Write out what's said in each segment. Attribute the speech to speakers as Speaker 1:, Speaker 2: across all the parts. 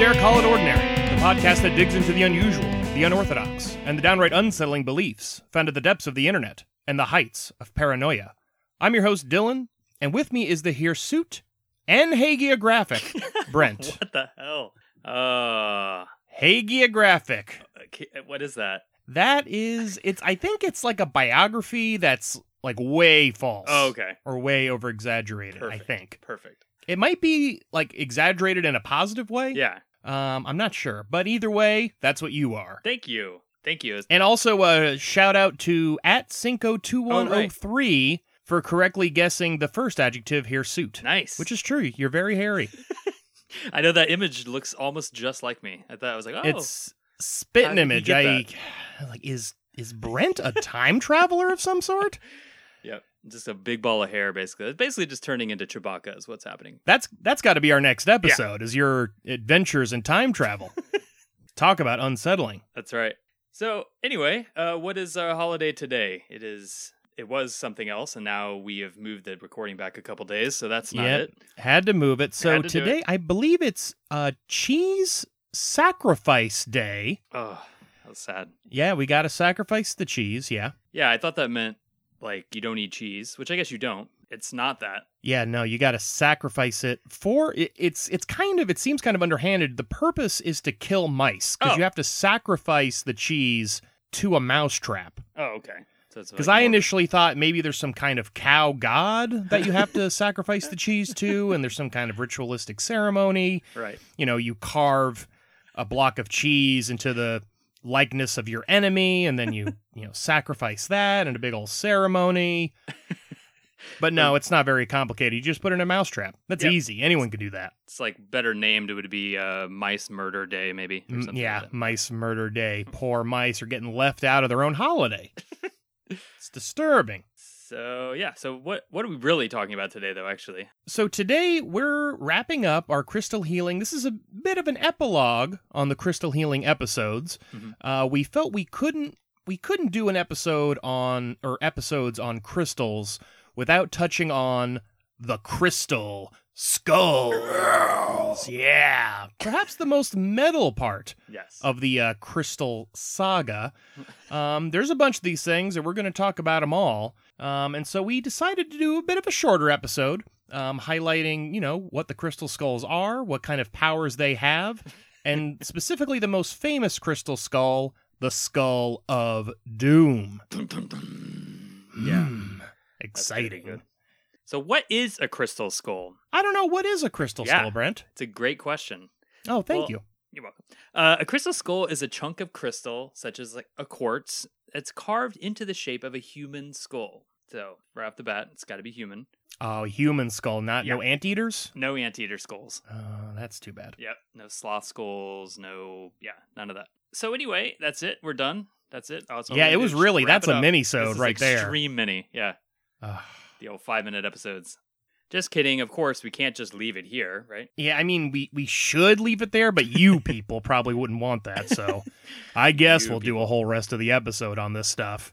Speaker 1: Dare Call It Ordinary, the podcast that digs into the unusual, the unorthodox, and the downright unsettling beliefs found at the depths of the internet and the heights of paranoia. I'm your host, Dylan, and with me is the hirsute and hagiographic, Brent.
Speaker 2: What the hell? Uh,
Speaker 1: hagiographic.
Speaker 2: okay, uh, what is that?
Speaker 1: That is, it's. I think it's like a biography that's like way false.
Speaker 2: Oh, okay.
Speaker 1: Or way over exaggerated, I
Speaker 2: Perfect.
Speaker 1: think.
Speaker 2: Perfect.
Speaker 1: It might be like exaggerated in a positive way.
Speaker 2: Yeah.
Speaker 1: Um, I'm not sure. But either way, that's what you are.
Speaker 2: Thank you. Thank you.
Speaker 1: And also a shout out to at
Speaker 2: Oh,
Speaker 1: Cinco2103 for correctly guessing the first adjective hirsute.
Speaker 2: Nice.
Speaker 1: Which is true. You're very hairy.
Speaker 2: I know that image looks almost just like me. I thought I was like, oh,
Speaker 1: It's spitting
Speaker 2: How did you
Speaker 1: image.
Speaker 2: get
Speaker 1: I like is is Brent a time traveler of some sort?
Speaker 2: yep, just a big ball of hair. Basically, it's basically just turning into Chewbacca is what's happening.
Speaker 1: That's that's got to be our next episode is your adventures in time travel. Talk about unsettling.
Speaker 2: That's right. So anyway, uh, what is our holiday today? It is. It was something else, and now we have moved the recording back a couple days, so that's not
Speaker 1: Yep.
Speaker 2: it.
Speaker 1: Had to move it. So
Speaker 2: Had to do
Speaker 1: today I believe it's uh cheese sacrifice day.
Speaker 2: Oh, that was sad.
Speaker 1: Yeah, we got to sacrifice the cheese, yeah.
Speaker 2: Yeah, I thought that meant like you don't eat cheese, which I guess you don't. It's not that.
Speaker 1: Yeah, no, you got to sacrifice it for it, it's it's kind of it seems kind of underhanded. The purpose is to kill mice cuz
Speaker 2: Oh.
Speaker 1: you have to sacrifice the cheese to a mouse trap.
Speaker 2: Oh, okay. So it's
Speaker 1: Cuz
Speaker 2: like
Speaker 1: I
Speaker 2: more-
Speaker 1: initially thought maybe there's some kind of cow god that you have to sacrifice the cheese to and there's some kind of ritualistic ceremony.
Speaker 2: right.
Speaker 1: You know, you carve a block of cheese into the likeness of your enemy and then you, you know, sacrifice that in a big old ceremony. But no, it's not very complicated. You just put it in a mousetrap. That's
Speaker 2: Yep.
Speaker 1: easy. Anyone can do that.
Speaker 2: It's like better named would be uh, Mice Murder Day, maybe. Or
Speaker 1: Mm,
Speaker 2: something
Speaker 1: yeah,
Speaker 2: like that.
Speaker 1: mice murder day. Poor mice are getting left out of their own holiday. it's disturbing.
Speaker 2: So yeah. So what what are we really talking about today, though? Actually.
Speaker 1: So today we're wrapping up our crystal healing. This is a bit of an epilogue on the crystal healing episodes.
Speaker 2: Mhm.
Speaker 1: Uh, we felt we couldn't we couldn't do an episode on or episodes on crystals without touching on the crystal skulls. Yeah, perhaps the most metal part
Speaker 2: Yes.
Speaker 1: of the uh, Crystal Saga. Um, there's a bunch of these things, and we're going to talk about them all. Um, and so we decided to do a bit of a shorter episode, um, highlighting, you know, what the Crystal Skulls are, what kind of powers they have, and specifically the most famous Crystal Skull, the Skull of Doom.
Speaker 2: Dun, dun, dun.
Speaker 1: Hmm.
Speaker 2: That's pretty
Speaker 1: Exciting.
Speaker 2: good. So what is a crystal skull?
Speaker 1: I don't know what is a crystal
Speaker 2: Yeah.
Speaker 1: skull, Brent.
Speaker 2: It's a great question.
Speaker 1: Oh, thank
Speaker 2: Well,
Speaker 1: you.
Speaker 2: You're welcome. Uh, a crystal skull is a chunk of crystal, such as like a quartz, that's carved into the shape of a human skull. So right off the bat, it's got to be human.
Speaker 1: Oh, human skull, not no anteaters.
Speaker 2: No anteater skulls.
Speaker 1: Oh, that's too bad.
Speaker 2: Yep. No sloth skulls. No. Yeah. None of that. So anyway, that's it. We're done. That's it. Oh, it's all
Speaker 1: yeah,
Speaker 2: we
Speaker 1: it
Speaker 2: do.
Speaker 1: was
Speaker 2: Just
Speaker 1: really
Speaker 2: wrap
Speaker 1: that's
Speaker 2: it
Speaker 1: a
Speaker 2: up.
Speaker 1: mini
Speaker 2: This
Speaker 1: sode
Speaker 2: is
Speaker 1: right there.
Speaker 2: Extreme mini. Yeah.
Speaker 1: Ugh.
Speaker 2: The old five minute episodes. Just kidding. Of course, we can't just leave it here, right?
Speaker 1: Yeah, I mean, we we should leave it there, but you people probably wouldn't want that. So, I guess
Speaker 2: You
Speaker 1: we'll do a whole rest of the episode on this stuff.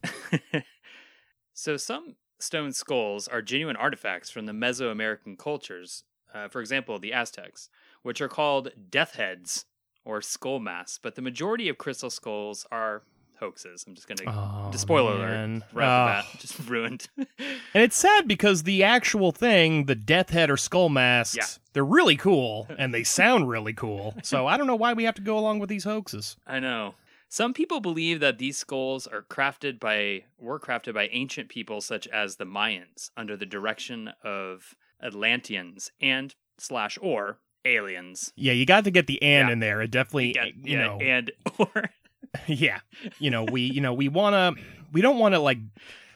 Speaker 2: so some stone skulls are genuine artifacts from the Mesoamerican cultures. Uh, for example, the Aztecs, which are called death heads or skull masks. But the majority of crystal skulls are hoaxes. I'm just going to
Speaker 1: Oh,
Speaker 2: The spoiler
Speaker 1: man.
Speaker 2: alert right off the
Speaker 1: Ugh.
Speaker 2: bat, just ruined.
Speaker 1: And it's sad because the actual thing, the death head or skull masks,
Speaker 2: Yeah.
Speaker 1: they're really cool and they sound really cool. So I don't know why we have to go along with these hoaxes.
Speaker 2: I know. Some people believe that these skulls are crafted by were crafted by ancient people such as the Mayans under the direction of Atlanteans and slash or aliens.
Speaker 1: Yeah, you got to get the and
Speaker 2: Yeah.
Speaker 1: in there. It definitely,
Speaker 2: Yeah,
Speaker 1: you
Speaker 2: yeah,
Speaker 1: know,
Speaker 2: and or
Speaker 1: yeah you know we you know we want to we don't want to like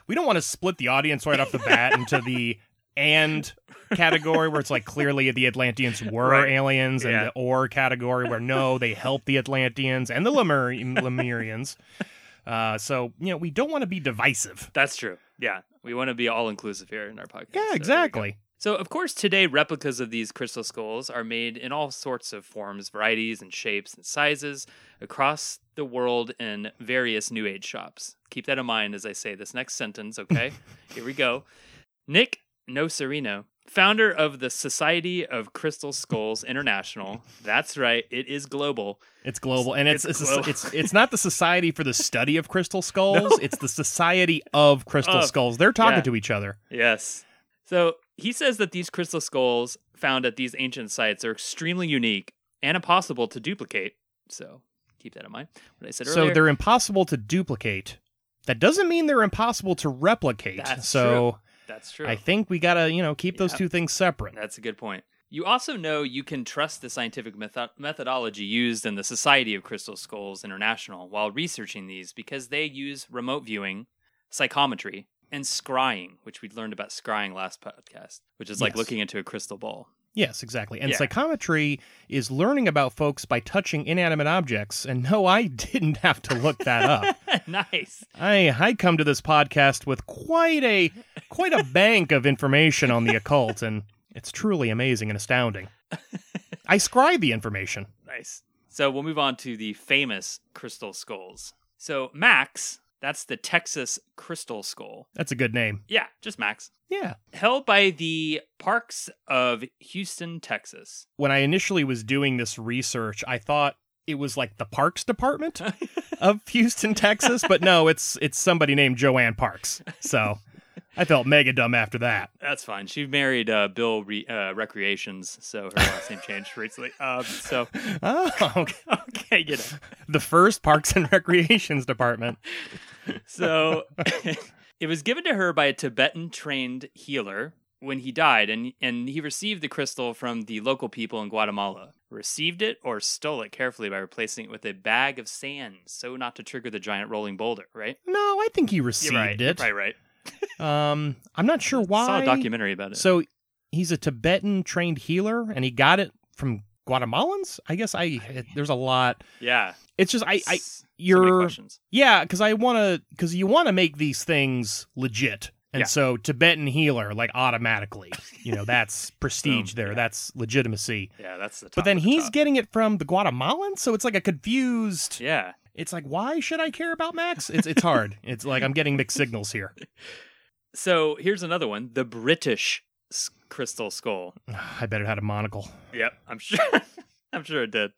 Speaker 1: we don't want to split the audience right off the bat into the and category where it's like clearly the Atlanteans were
Speaker 2: Right.
Speaker 1: aliens and
Speaker 2: Yeah.
Speaker 1: the or category where no they helped the Atlanteans and the Lemur- Lemurians uh so you know we don't want to be divisive
Speaker 2: that's true. Yeah, we want to be all inclusive here in our podcast. so there
Speaker 1: yeah
Speaker 2: we go.
Speaker 1: exactly
Speaker 2: So, of course, today replicas of these crystal skulls are made in all sorts of forms, varieties, and shapes and sizes across the world in various New Age shops. Keep that in mind as I say this next sentence, okay? Here we go. Nick Nocerino Founder of the Society of Crystal Skulls International. That's right, it is global.
Speaker 1: It's global, and it's it's
Speaker 2: It's
Speaker 1: it's,
Speaker 2: global.
Speaker 1: it's, not the Society for the Study of Crystal Skulls.
Speaker 2: No.
Speaker 1: It's the Society of Crystal
Speaker 2: Of.
Speaker 1: Skulls. They're talking
Speaker 2: Yeah.
Speaker 1: to each other.
Speaker 2: Yes. So he says that these crystal skulls found at these ancient sites are extremely unique and impossible to duplicate. So keep that in mind. What I said
Speaker 1: So
Speaker 2: earlier.
Speaker 1: they're impossible to duplicate. That doesn't mean they're impossible to replicate.
Speaker 2: That's
Speaker 1: so
Speaker 2: That's true.
Speaker 1: I think we gotta you know keep those
Speaker 2: Yeah.
Speaker 1: two things separate.
Speaker 2: That's a good point. You also know you can trust the scientific metho- methodology used in the Society of Crystal Skulls International while researching these because they use remote viewing, psychometry, and scrying, which we learned about scrying last podcast, which is like
Speaker 1: Yes.
Speaker 2: looking into a crystal ball.
Speaker 1: Yes, exactly. And
Speaker 2: Yeah.
Speaker 1: psychometry is learning about folks by touching inanimate objects. And no, I didn't have to look that up.
Speaker 2: nice.
Speaker 1: I I come to this podcast with quite a quite a bank of information on the occult, and it's truly amazing and astounding. I scribe the information.
Speaker 2: Nice. So we'll move on to the famous crystal skulls. So Max, that's the Texas crystal skull.
Speaker 1: That's a good name.
Speaker 2: Yeah, just Max.
Speaker 1: Yeah.
Speaker 2: Held by the Parks of Houston, Texas.
Speaker 1: When I initially was doing this research, I thought it was like the Parks Department of Houston, Texas, but no, it's it's somebody named Joanne Parks. So I felt mega dumb after that.
Speaker 2: That's fine. She married uh, Bill Re- uh, Recreations, so her last name changed recently. Um, so Ah.
Speaker 1: Oh, okay.
Speaker 2: okay, you know.
Speaker 1: the first Parks and Recreations Department.
Speaker 2: So it was given to her by a Tibetan trained healer when he died, and, and he received the crystal from the local people in Guatemala. Received it or stole it carefully by replacing it with a bag of sand so not to trigger the giant rolling boulder, right?
Speaker 1: No, I think he
Speaker 2: You're
Speaker 1: received
Speaker 2: right.
Speaker 1: it.
Speaker 2: Right, right.
Speaker 1: Um, I'm not sure why.
Speaker 2: Saw a documentary about it.
Speaker 1: So he's a Tibetan trained healer, and he got it from Guatemalans. I guess I there's a lot.
Speaker 2: yeah.
Speaker 1: It's just I, I
Speaker 2: S- so many
Speaker 1: you're
Speaker 2: questions.
Speaker 1: yeah, because I want to because you want to make these things legit, and
Speaker 2: Yeah.
Speaker 1: so Tibetan healer like automatically, you know, that's prestige there,
Speaker 2: yeah.
Speaker 1: that's legitimacy.
Speaker 2: Yeah, that's the top
Speaker 1: But then
Speaker 2: of the
Speaker 1: he's
Speaker 2: top.
Speaker 1: getting it from the Guatemalan, so it's like a confused.
Speaker 2: Yeah.
Speaker 1: It's like why should I care about Max? It's it's hard. it's like I'm getting mixed signals here.
Speaker 2: So here's another one the British s- crystal skull.
Speaker 1: I bet it had a monocle.
Speaker 2: Yep, I'm sure. I'm sure it did.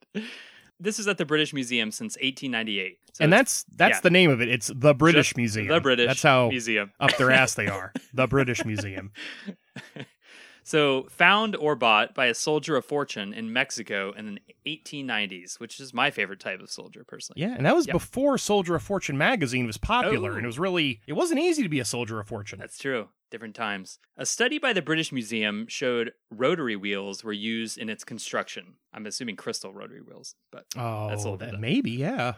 Speaker 2: This is at the British Museum since 1898. So
Speaker 1: and
Speaker 2: it's
Speaker 1: that's that's
Speaker 2: yeah.
Speaker 1: the name of it. It's the British
Speaker 2: just
Speaker 1: Museum.
Speaker 2: The British
Speaker 1: That's how
Speaker 2: Museum.
Speaker 1: up their ass they are. The British Museum.
Speaker 2: So found or bought by a soldier of fortune in Mexico in the 1890s, which is my favorite type of soldier personally.
Speaker 1: Yeah, and that was
Speaker 2: Yep.
Speaker 1: before Soldier of Fortune magazine was popular,
Speaker 2: Oh.
Speaker 1: and it was really it wasn't easy to be a soldier of fortune.
Speaker 2: That's true. Different times. A study by the British Museum showed rotary wheels were used in its construction. I'm assuming crystal rotary wheels, but
Speaker 1: oh,
Speaker 2: that's a little bit
Speaker 1: that,
Speaker 2: of-
Speaker 1: maybe yeah.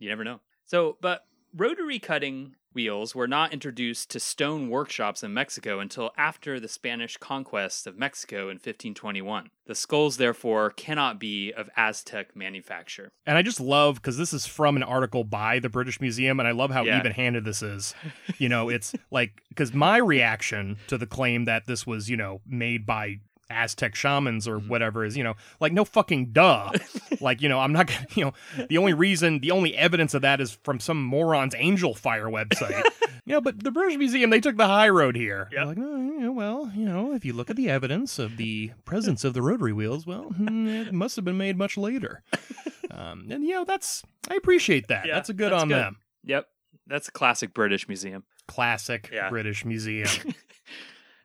Speaker 2: You never know. So, but rotary cutting wheels were not introduced to stone workshops in Mexico until after the Spanish conquest of Mexico in 1521. The skulls, therefore, cannot be of Aztec manufacture.
Speaker 1: And I just love because this is from an article by the British Museum, and I love how
Speaker 2: Yeah.
Speaker 1: even-handed this is. You know, it's like because my reaction to the claim that this was you know made by Aztec shamans or
Speaker 2: Mm-hmm.
Speaker 1: whatever is you know like no fucking duh. like you know I'm not gonna you know the only reason the only evidence of that is from some moron's angel fire website. you know, but the British Museum they took the high road here. They're
Speaker 2: Yep.
Speaker 1: Like no, you know, well you know if you look at the evidence of the presence of the rotary wheels, well hmm, it must have been made much later. Um, and you know that's I appreciate that.
Speaker 2: Yeah,
Speaker 1: that's a good
Speaker 2: that's
Speaker 1: on
Speaker 2: good.
Speaker 1: them.
Speaker 2: Yep. That's a classic British museum.
Speaker 1: Classic
Speaker 2: Yeah.
Speaker 1: British museum.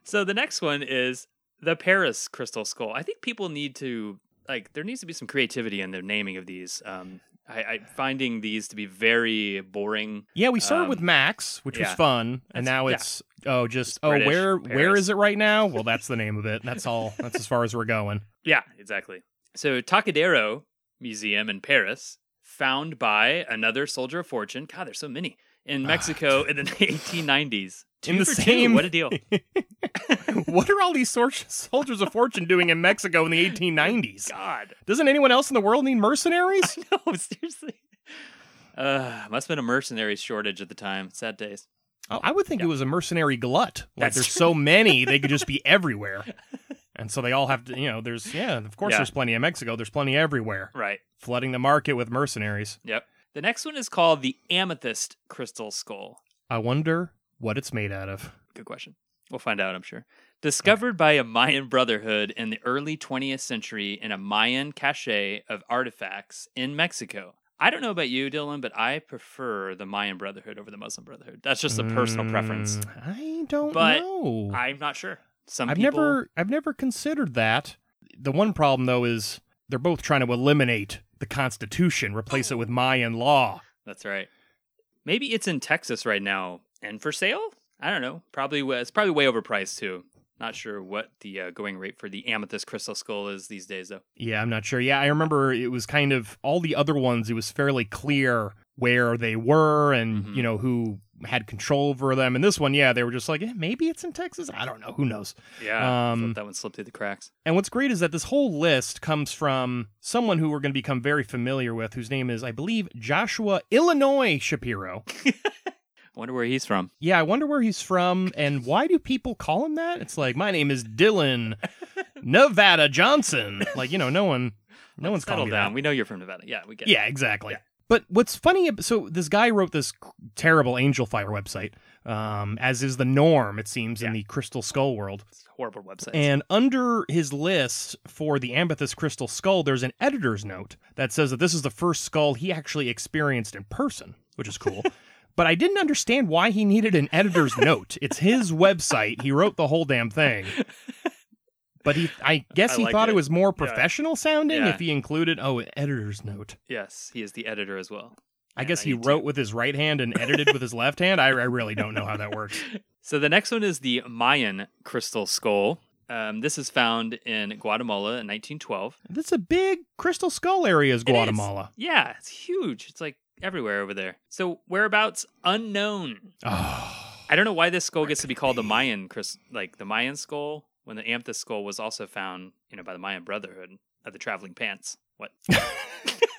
Speaker 2: So the next one is the Paris crystal skull. I think people need to like there needs to be some creativity in the naming of these. Um, I, I finding these to be very boring.
Speaker 1: yeah, we started
Speaker 2: Um,
Speaker 1: with Max, which was
Speaker 2: yeah.
Speaker 1: fun, and
Speaker 2: That's-
Speaker 1: now
Speaker 2: yeah.
Speaker 1: it's oh just
Speaker 2: It's
Speaker 1: oh
Speaker 2: British,
Speaker 1: where where
Speaker 2: Paris.
Speaker 1: is it right now? Well, that's the name of it. That's all. That's as far as we're going.
Speaker 2: Yeah, exactly. So Takadero Museum in Paris, found by another soldier of fortune. God, there's so many in
Speaker 1: Ah.
Speaker 2: Mexico in the 1890s.
Speaker 1: In
Speaker 2: Two
Speaker 1: the
Speaker 2: for two,
Speaker 1: same-
Speaker 2: What a deal.
Speaker 1: what are all these sor- soldiers of fortune doing in Mexico in the 1890s?
Speaker 2: God,
Speaker 1: Doesn't anyone else in the world need mercenaries?
Speaker 2: no, seriously. Uh, must have been a mercenary shortage at the time. Sad days.
Speaker 1: Oh, I would think it was a mercenary glut. Like
Speaker 2: That's
Speaker 1: there's
Speaker 2: true.
Speaker 1: so many, they could just be everywhere. And so they all have to, you know, there's, yeah, of course
Speaker 2: Yeah.
Speaker 1: there's plenty in Mexico. There's plenty everywhere.
Speaker 2: Right.
Speaker 1: Flooding the market with mercenaries.
Speaker 2: Yep. The next one is called the amethyst crystal skull.
Speaker 1: I wonder what it's made out of.
Speaker 2: Good question. We'll find out, I'm sure. Discovered by a Mayan brotherhood in the early 20th century in a Mayan cache of artifacts in Mexico. I don't know about you, Dylan, but I prefer the Mayan Brotherhood over the Muslim Brotherhood. That's just a personal preference.
Speaker 1: Mm, I don't
Speaker 2: But
Speaker 1: know.
Speaker 2: I'm not sure. Some
Speaker 1: I've
Speaker 2: people,
Speaker 1: never I've never considered that. The one problem though is they're both trying to eliminate the Constitution, replace it with Mayan law.
Speaker 2: That's right. Maybe it's in Texas right now and for sale. I don't know. Probably wa- it's probably way overpriced too. Not sure what the uh, going rate for the amethyst crystal skull is these days though.
Speaker 1: Yeah, I'm not sure. Yeah, I remember it was kind of all the other ones. It was fairly clear where they were and
Speaker 2: Mhm.
Speaker 1: you know who had control over them. And this one, yeah, they were just like, eh, maybe it's in Texas. I don't know. Who knows?
Speaker 2: Yeah,
Speaker 1: Um,
Speaker 2: that one slipped through the cracks.
Speaker 1: And what's great is that this whole list comes from someone who we're going to become very familiar with, whose name is, I believe, Joshua Illinois Shapiro.
Speaker 2: Wonder where he's from.
Speaker 1: Yeah, I wonder where he's from and why do people call him that? It's like my name is Dylan Nevada Johnson. Like, you know, no one no one's
Speaker 2: Settle
Speaker 1: calling me
Speaker 2: down.
Speaker 1: that.
Speaker 2: We know you're from Nevada. Yeah, we get.
Speaker 1: Yeah, exactly. But what's funny ab- so this guy wrote this c- terrible Angel Fire website, um, as is the norm it seems in
Speaker 2: Yeah.
Speaker 1: the Crystal Skull world.
Speaker 2: It's horrible websites.
Speaker 1: And under his list for the Amethyst Crystal Skull, there's an editor's note that says that this is the first skull he actually experienced in person, which is cool. but I didn't understand why he needed an editor's note. It's his website. He wrote the whole damn thing. But he, I guess
Speaker 2: I
Speaker 1: he
Speaker 2: like
Speaker 1: thought it.
Speaker 2: it.
Speaker 1: was more professional sounding
Speaker 2: Yeah.
Speaker 1: if he included, oh, an editor's note.
Speaker 2: yes, he is the editor as well.
Speaker 1: I
Speaker 2: And
Speaker 1: guess
Speaker 2: I
Speaker 1: he
Speaker 2: need to-
Speaker 1: wrote with his right hand and edited with his left hand. I, I really don't know how that works.
Speaker 2: So the next one is the Mayan crystal skull. Um, this is found in Guatemala in 1912.
Speaker 1: That's a big crystal skull area, is
Speaker 2: is.
Speaker 1: Guatemala.
Speaker 2: Yeah, it's huge. It's like everywhere over there. So whereabouts unknown.
Speaker 1: Oh.
Speaker 2: I don't know why this skull gets to be called the Mayan crystal, like the Mayan skull, when the amethyst skull was also found, you know, by the Mayan Brotherhood of the Traveling Pants. What?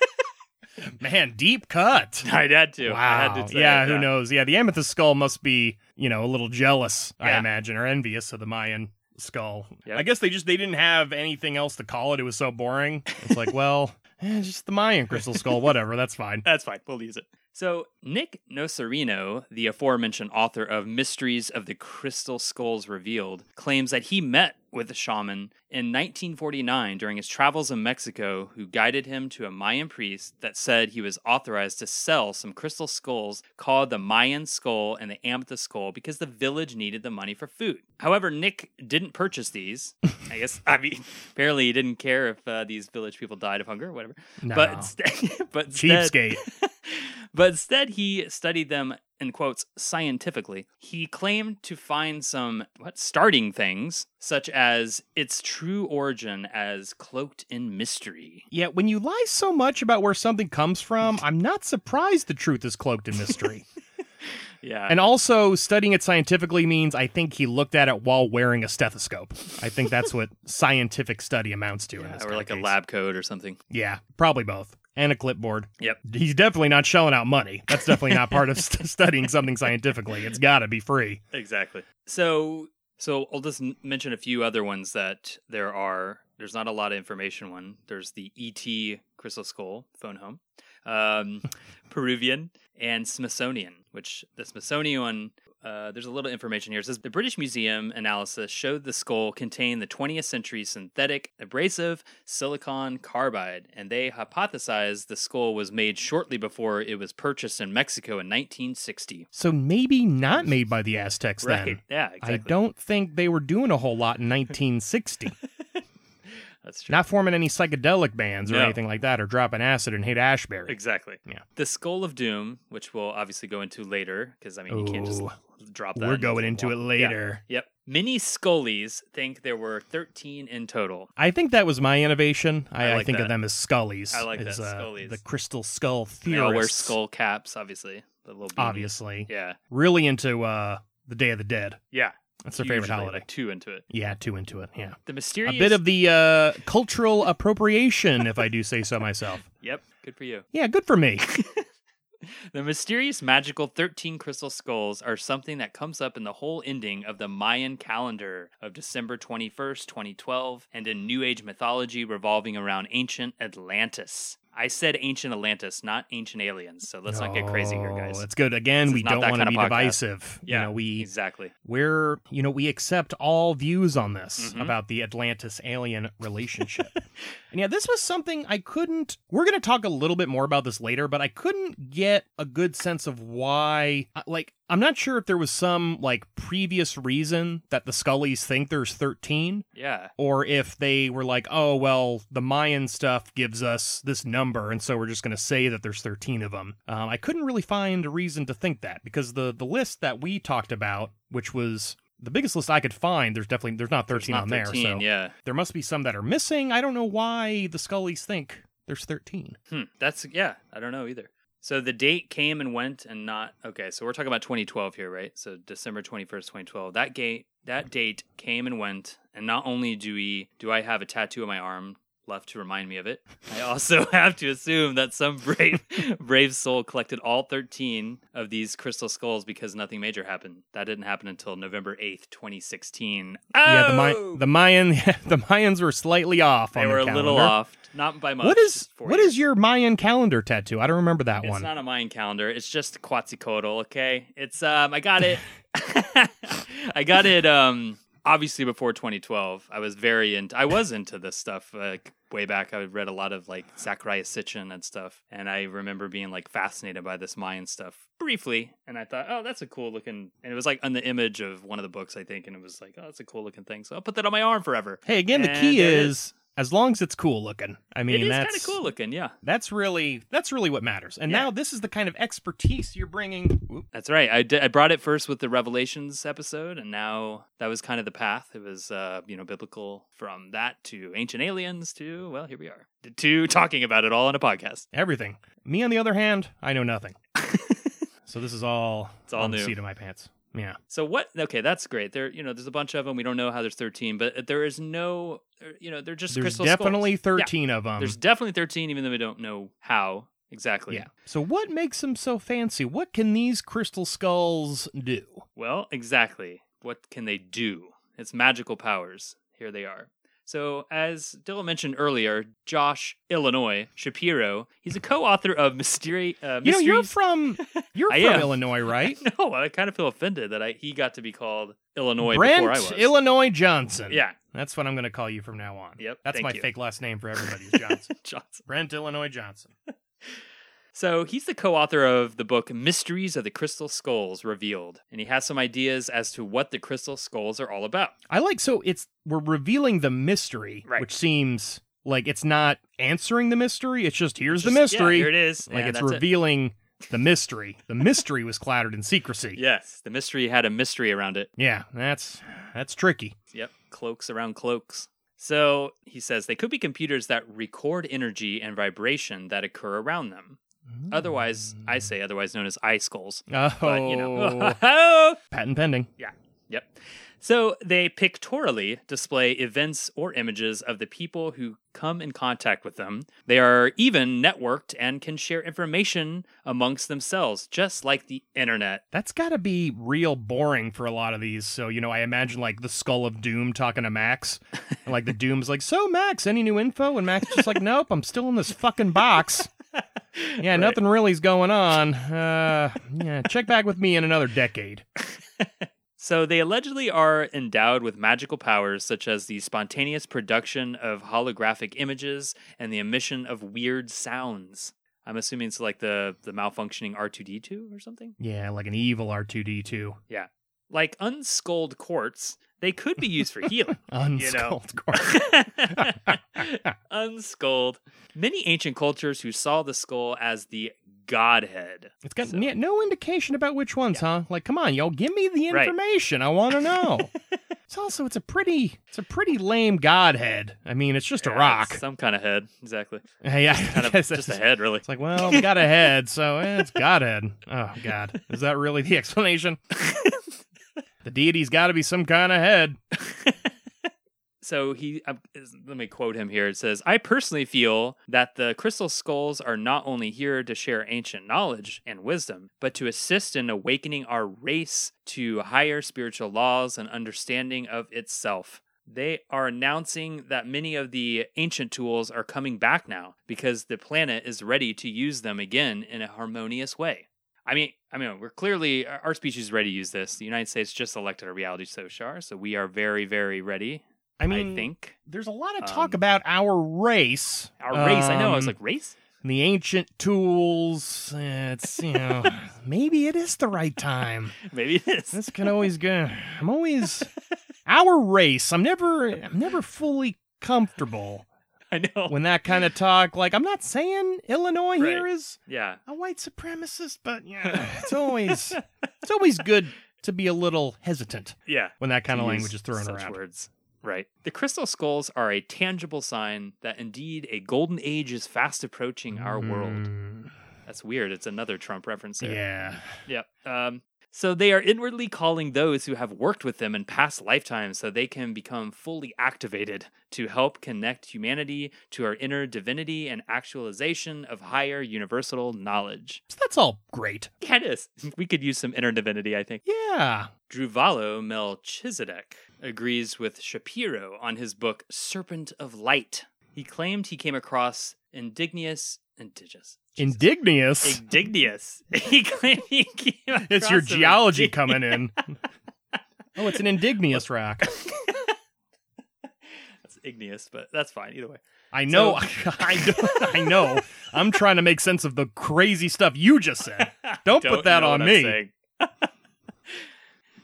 Speaker 1: Man, deep cut.
Speaker 2: I had to. I had to say
Speaker 1: yeah,
Speaker 2: it,
Speaker 1: who knows? Yeah, the amethyst skull must be, you know, a little jealous, I
Speaker 2: Yeah.
Speaker 1: imagine, or envious of the Mayan skull.
Speaker 2: Yep.
Speaker 1: I guess they just they didn't have anything else to call it. It was so boring. It's like, well, eh, it's just the Mayan crystal skull, whatever, that's fine.
Speaker 2: That's fine. We'll use it. So, Nick Nocerino, the aforementioned author of Mysteries of the Crystal Skulls Revealed, claims that he met with a shaman in 1949 during his travels in Mexico, who guided him to a Mayan priest that said he was authorized to sell some crystal skulls called the Mayan skull and the amethyst skull because the village needed the money for food. However, Nick didn't purchase these. I guess, I mean, apparently he didn't care if uh, these village people died of hunger, whatever.
Speaker 1: No.
Speaker 2: But, instead- but instead,
Speaker 1: Cheapskate.
Speaker 2: but instead, he studied them in quotes scientifically. He claimed to find some what starting things, such as its true origin as cloaked in mystery.
Speaker 1: Yeah, when you lie so much about where something comes from, I'm not surprised the truth is cloaked in mystery.
Speaker 2: Yeah,
Speaker 1: and also, studying it scientifically means I think he looked at it while wearing a stethoscope. I think that's what scientific study amounts to. in
Speaker 2: yeah,
Speaker 1: this
Speaker 2: or
Speaker 1: kind of
Speaker 2: like a
Speaker 1: case.
Speaker 2: lab coat or something.
Speaker 1: Yeah, probably both. And a clipboard.
Speaker 2: Yep.
Speaker 1: He's definitely not shelling out money. That's definitely not part of st- studying something scientifically. It's got to be free.
Speaker 2: Exactly. So, so I'll just n- mention a few other ones that there are. There's not a lot of information. One, there's the ET Crystal Skull phone home, um, Peruvian and Smithsonian. Which the Smithsonian one, uh, there's a little information here. It says the British Museum analysis showed the skull contained the 20th century synthetic abrasive silicon carbide, and they hypothesized the skull was made shortly before it was purchased in Mexico in 1960.
Speaker 1: So maybe not made by the Aztecs then.
Speaker 2: Right? Yeah. Exactly.
Speaker 1: I don't think they were doing a whole lot in 1960.
Speaker 2: That's true.
Speaker 1: not forming any psychedelic bands or
Speaker 2: No.
Speaker 1: anything like that, or dropping acid and hate Ashbury.
Speaker 2: Exactly.
Speaker 1: Yeah.
Speaker 2: The Skull of Doom, which we'll obviously go into later, because I mean you can't just
Speaker 1: Ooh.
Speaker 2: drop that.
Speaker 1: We're
Speaker 2: and
Speaker 1: going
Speaker 2: just
Speaker 1: into it
Speaker 2: walk- Yeah.
Speaker 1: later.
Speaker 2: Yep. Many Scullies think there were thirteen in total.
Speaker 1: I think that was my innovation. I,
Speaker 2: I
Speaker 1: I
Speaker 2: like
Speaker 1: think
Speaker 2: that.
Speaker 1: of them as Scullies.
Speaker 2: I like
Speaker 1: as,
Speaker 2: that,
Speaker 1: uh,
Speaker 2: Scullies.
Speaker 1: The crystal skull
Speaker 2: They
Speaker 1: theorists.
Speaker 2: all wear skull caps, obviously. The little beanie.
Speaker 1: Obviously.
Speaker 2: Yeah.
Speaker 1: Really into uh, the Day of the Dead.
Speaker 2: Yeah.
Speaker 1: That's their favorite
Speaker 2: Usually,
Speaker 1: holiday.
Speaker 2: Like two into it.
Speaker 1: Yeah, too into it. Yeah.
Speaker 2: The mysterious.
Speaker 1: A bit of the uh, cultural appropriation, if I do say so myself.
Speaker 2: Yep. Good for you.
Speaker 1: Yeah, good for me.
Speaker 2: The mysterious magical 13 crystal skulls are something that comes up in the whole ending of the Mayan calendar of December 21st, 2012, and in New Age mythology revolving around ancient Atlantis. I said ancient Atlantis, not ancient aliens. So let's not get crazy here,
Speaker 1: No,
Speaker 2: guys.
Speaker 1: Oh, It's good. Again,
Speaker 2: This
Speaker 1: we
Speaker 2: is not
Speaker 1: don't
Speaker 2: that
Speaker 1: want to
Speaker 2: kind of
Speaker 1: be
Speaker 2: podcast.
Speaker 1: divisive.
Speaker 2: Yeah,
Speaker 1: You know, we
Speaker 2: Exactly.
Speaker 1: we're you know we accept all views on this
Speaker 2: Mhm.
Speaker 1: about the Atlantis alien relationship. and yeah, this was something I couldn't. We're going to talk a little bit more about this later, but I couldn't get a good sense of why. I- Like, I'm not sure if there was some like previous reason that the Scullies think there's 13,
Speaker 2: Yeah.
Speaker 1: or if they were like, oh well, the Mayan stuff gives us this number, and so we're just going to say that there's 13 of them. Um, I couldn't really find a reason to think that because the the list that we talked about, which was the biggest list I could find, there's definitely there's not 13
Speaker 2: It's not
Speaker 1: on there,
Speaker 2: 13,
Speaker 1: so
Speaker 2: yeah.
Speaker 1: there must be some that are missing. I don't know why the Scullies think there's 13.
Speaker 2: Hmm. That's yeah. I don't know either. So the date came and went, and not okay. So we're talking about 2012 here, right? So December 21st, 2012. That gate, that date came and went, and not only do we do I have a tattoo on my arm left to remind me of it, I also have to assume that some brave brave soul collected all 13 of these crystal skulls because nothing major happened. That didn't happen until November 8th, 2016. Oh!
Speaker 1: Yeah, the May- the Mayan the Mayans were slightly off.
Speaker 2: they
Speaker 1: on
Speaker 2: were
Speaker 1: their
Speaker 2: a little
Speaker 1: calendar.
Speaker 2: off, not by much.
Speaker 1: What is
Speaker 2: just four
Speaker 1: what
Speaker 2: years.
Speaker 1: is your Mayan calendar tattoo? I don't remember that
Speaker 2: It's
Speaker 1: one.
Speaker 2: not a Mayan calendar. It's just Quetzalcoatl. Okay. It's um. I got it. I got it. Um. Obviously, before 2012, I was very into. I was into this stuff uh, way back. I read a lot of like Sakurai Sitchin and stuff, and I remember being like fascinated by this Mayan stuff briefly. And I thought, oh, that's a cool looking. And it was like on the image of one of the books, I think, and it was like, oh, that's a cool looking thing. So I'll put that on my arm forever.
Speaker 1: Hey, again, the
Speaker 2: And
Speaker 1: key
Speaker 2: there it
Speaker 1: is, as long as it's cool looking. I mean,
Speaker 2: it is kind
Speaker 1: that's
Speaker 2: of cool looking. Yeah.
Speaker 1: That's really that's really what matters. And
Speaker 2: Yeah.
Speaker 1: now this is the kind of expertise you're bringing. Whoop.
Speaker 2: That's right. I, did, I brought it first with the Revelations episode, and now that was kind of the path. It was, uh, you know, biblical from that to ancient aliens to, well, here we are, to talking about it all on a podcast.
Speaker 1: Everything. Me, on the other hand, I know nothing. so this is all
Speaker 2: It's all
Speaker 1: on the
Speaker 2: new.
Speaker 1: seat of my pants. Yeah.
Speaker 2: So what? Okay, that's great. There, you know, there's a bunch of them. We don't know how there's 13, but uh, there is no, there- you know, they're just
Speaker 1: There's
Speaker 2: crystal
Speaker 1: definitely
Speaker 2: skulls. Yeah.
Speaker 1: 13 of them.
Speaker 2: There's definitely 13, even though we don't know how exactly.
Speaker 1: yeah. So what makes them so fancy? What can these crystal skulls do?
Speaker 2: Well, exactly. What can they do? It's magical powers. Here they are. So, as Dylan mentioned earlier, Josh Illinois Shapiro, he's a co-author of Mysteri- uh,
Speaker 1: You know, you're
Speaker 2: Mysteries.
Speaker 1: from you're
Speaker 2: I
Speaker 1: from
Speaker 2: am.
Speaker 1: Illinois, right?
Speaker 2: no, I kind of feel offended that I he got to be called Illinois before I was.
Speaker 1: Brent Illinois Johnson.
Speaker 2: yeah,
Speaker 1: That's what I'm going to call you from now on.
Speaker 2: Yep,
Speaker 1: That's
Speaker 2: thank
Speaker 1: my
Speaker 2: you.
Speaker 1: fake last name for everybody is Johnson.
Speaker 2: Johnson.
Speaker 1: Brent Illinois Johnson.
Speaker 2: So he's the co-author of the book Mysteries of the Crystal Skulls Revealed, and he has some ideas as to what the crystal skulls are all about.
Speaker 1: I like so it's we're revealing the mystery,
Speaker 2: Right.
Speaker 1: which seems like it's not answering the mystery. It's just here's the
Speaker 2: Just- yeah,
Speaker 1: mystery.
Speaker 2: here it is.
Speaker 1: like
Speaker 2: and
Speaker 1: it's
Speaker 2: that's it.
Speaker 1: revealing the mystery. The mystery was clouded in secrecy.
Speaker 2: Yes, the mystery had a mystery around it.
Speaker 1: Yeah, that's that's tricky.
Speaker 2: Yep, cloaks around cloaks. So he says they could be computers that record energy and vibration that occur around them. Otherwise, I say otherwise known as eye skulls.
Speaker 1: Oh,
Speaker 2: But you know,
Speaker 1: patent pending.
Speaker 2: yep. So they pictorially display events or images of the people who come in contact with them. They are even networked and can share information amongst themselves, just like the internet.
Speaker 1: That's got to be real boring for a lot of these. So, you know, I imagine like the skull of Doom talking to Max. And like the Doom's like, So, Max, any new info? And Max just like, Nope, I'm still in this fucking box. Yeah,
Speaker 2: Right.
Speaker 1: nothing really's going on. Uh, yeah, check back with me in another decade.
Speaker 2: So they allegedly are endowed with magical powers such as the spontaneous production of holographic images and the emission of weird sounds. I'm assuming it's like the the malfunctioning R2D2 or something.
Speaker 1: Yeah, like an evil R2D2.
Speaker 2: Like unskulled quartz, they could be used for healing.
Speaker 1: Unskulled corpse.
Speaker 2: unskulled. Many ancient cultures who saw the skull as the godhead.
Speaker 1: It's got
Speaker 2: So-
Speaker 1: ne- no indication about which ones, huh? Like, come on, y'all, give me the
Speaker 2: Right.
Speaker 1: information. I want to know. it's also it's a pretty it's a pretty lame godhead. I mean, it's just a
Speaker 2: Yeah,
Speaker 1: rock.
Speaker 2: it's Some kind of head, exactly.
Speaker 1: Hey, yeah, I
Speaker 2: Kind of
Speaker 1: guess
Speaker 2: just a
Speaker 1: that's-
Speaker 2: head, really.
Speaker 1: It's like, well, we got a head, so eh, it's godhead. Oh God, is that really the explanation? the deity's got to be some kind of head.
Speaker 2: so he um, is- let me quote him here it says i personally feel that the crystal skulls are not only here to share ancient knowledge and wisdom but to assist in awakening our race to higher spiritual laws and understanding of itself they are announcing that many of the ancient tools are coming back now because the planet is ready to use them again in a harmonious way. I mean, I mean, we're clearly our species is ready to use this. The United States just elected a reality show, so we are very, very ready.
Speaker 1: I
Speaker 2: I,
Speaker 1: mean,
Speaker 2: think
Speaker 1: there's a lot of talk
Speaker 2: um,
Speaker 1: about our race.
Speaker 2: our race. I know. I was
Speaker 1: um,
Speaker 2: like, race.
Speaker 1: and the ancient tools. eh, It's you know, maybe it is the right time.
Speaker 2: Maybe it is.
Speaker 1: This can always go. I'm always our race. I'm never. I'm never fully comfortable
Speaker 2: I know.
Speaker 1: when that kind of talk. Like I'm not saying Illinois here
Speaker 2: Oh. Right.
Speaker 1: is
Speaker 2: yeah.
Speaker 1: a white supremacist, but yeah, it's always it's always good to be a little hesitant
Speaker 2: Yeah.
Speaker 1: when that kind
Speaker 2: to
Speaker 1: of
Speaker 2: use
Speaker 1: language is thrown
Speaker 2: such
Speaker 1: around.
Speaker 2: Words. Right. The crystal skulls are a tangible sign that indeed a golden age is fast approaching our world.
Speaker 1: Mm,
Speaker 2: That's weird. It's another Trump reference there.
Speaker 1: yeah.
Speaker 2: Yep. Um, so they are inwardly calling those who have worked with them in past lifetimes so they can become fully activated to help connect humanity to our inner divinity and actualization of higher universal knowledge.
Speaker 1: So that's all great.
Speaker 2: Yeah, it is. We could use some inner divinity, I think.
Speaker 1: Yeah.
Speaker 2: Druvalo Melchizedek agrees with Shapiro on his book Serpent of Light. He claimed he came across indignous, indigenous, Jesus.
Speaker 1: Indignious.
Speaker 2: Indignous. He claimed he came
Speaker 1: It's
Speaker 2: across
Speaker 1: your
Speaker 2: an
Speaker 1: geology
Speaker 2: indig-
Speaker 1: coming in. Oh, it's an indignious rock.
Speaker 2: That's igneous, but that's fine either way.
Speaker 1: I know. I, know I know. I'm trying to make sense of the crazy stuff you just said. Don't, put that
Speaker 2: know
Speaker 1: on
Speaker 2: what I'm
Speaker 1: me.
Speaker 2: saying.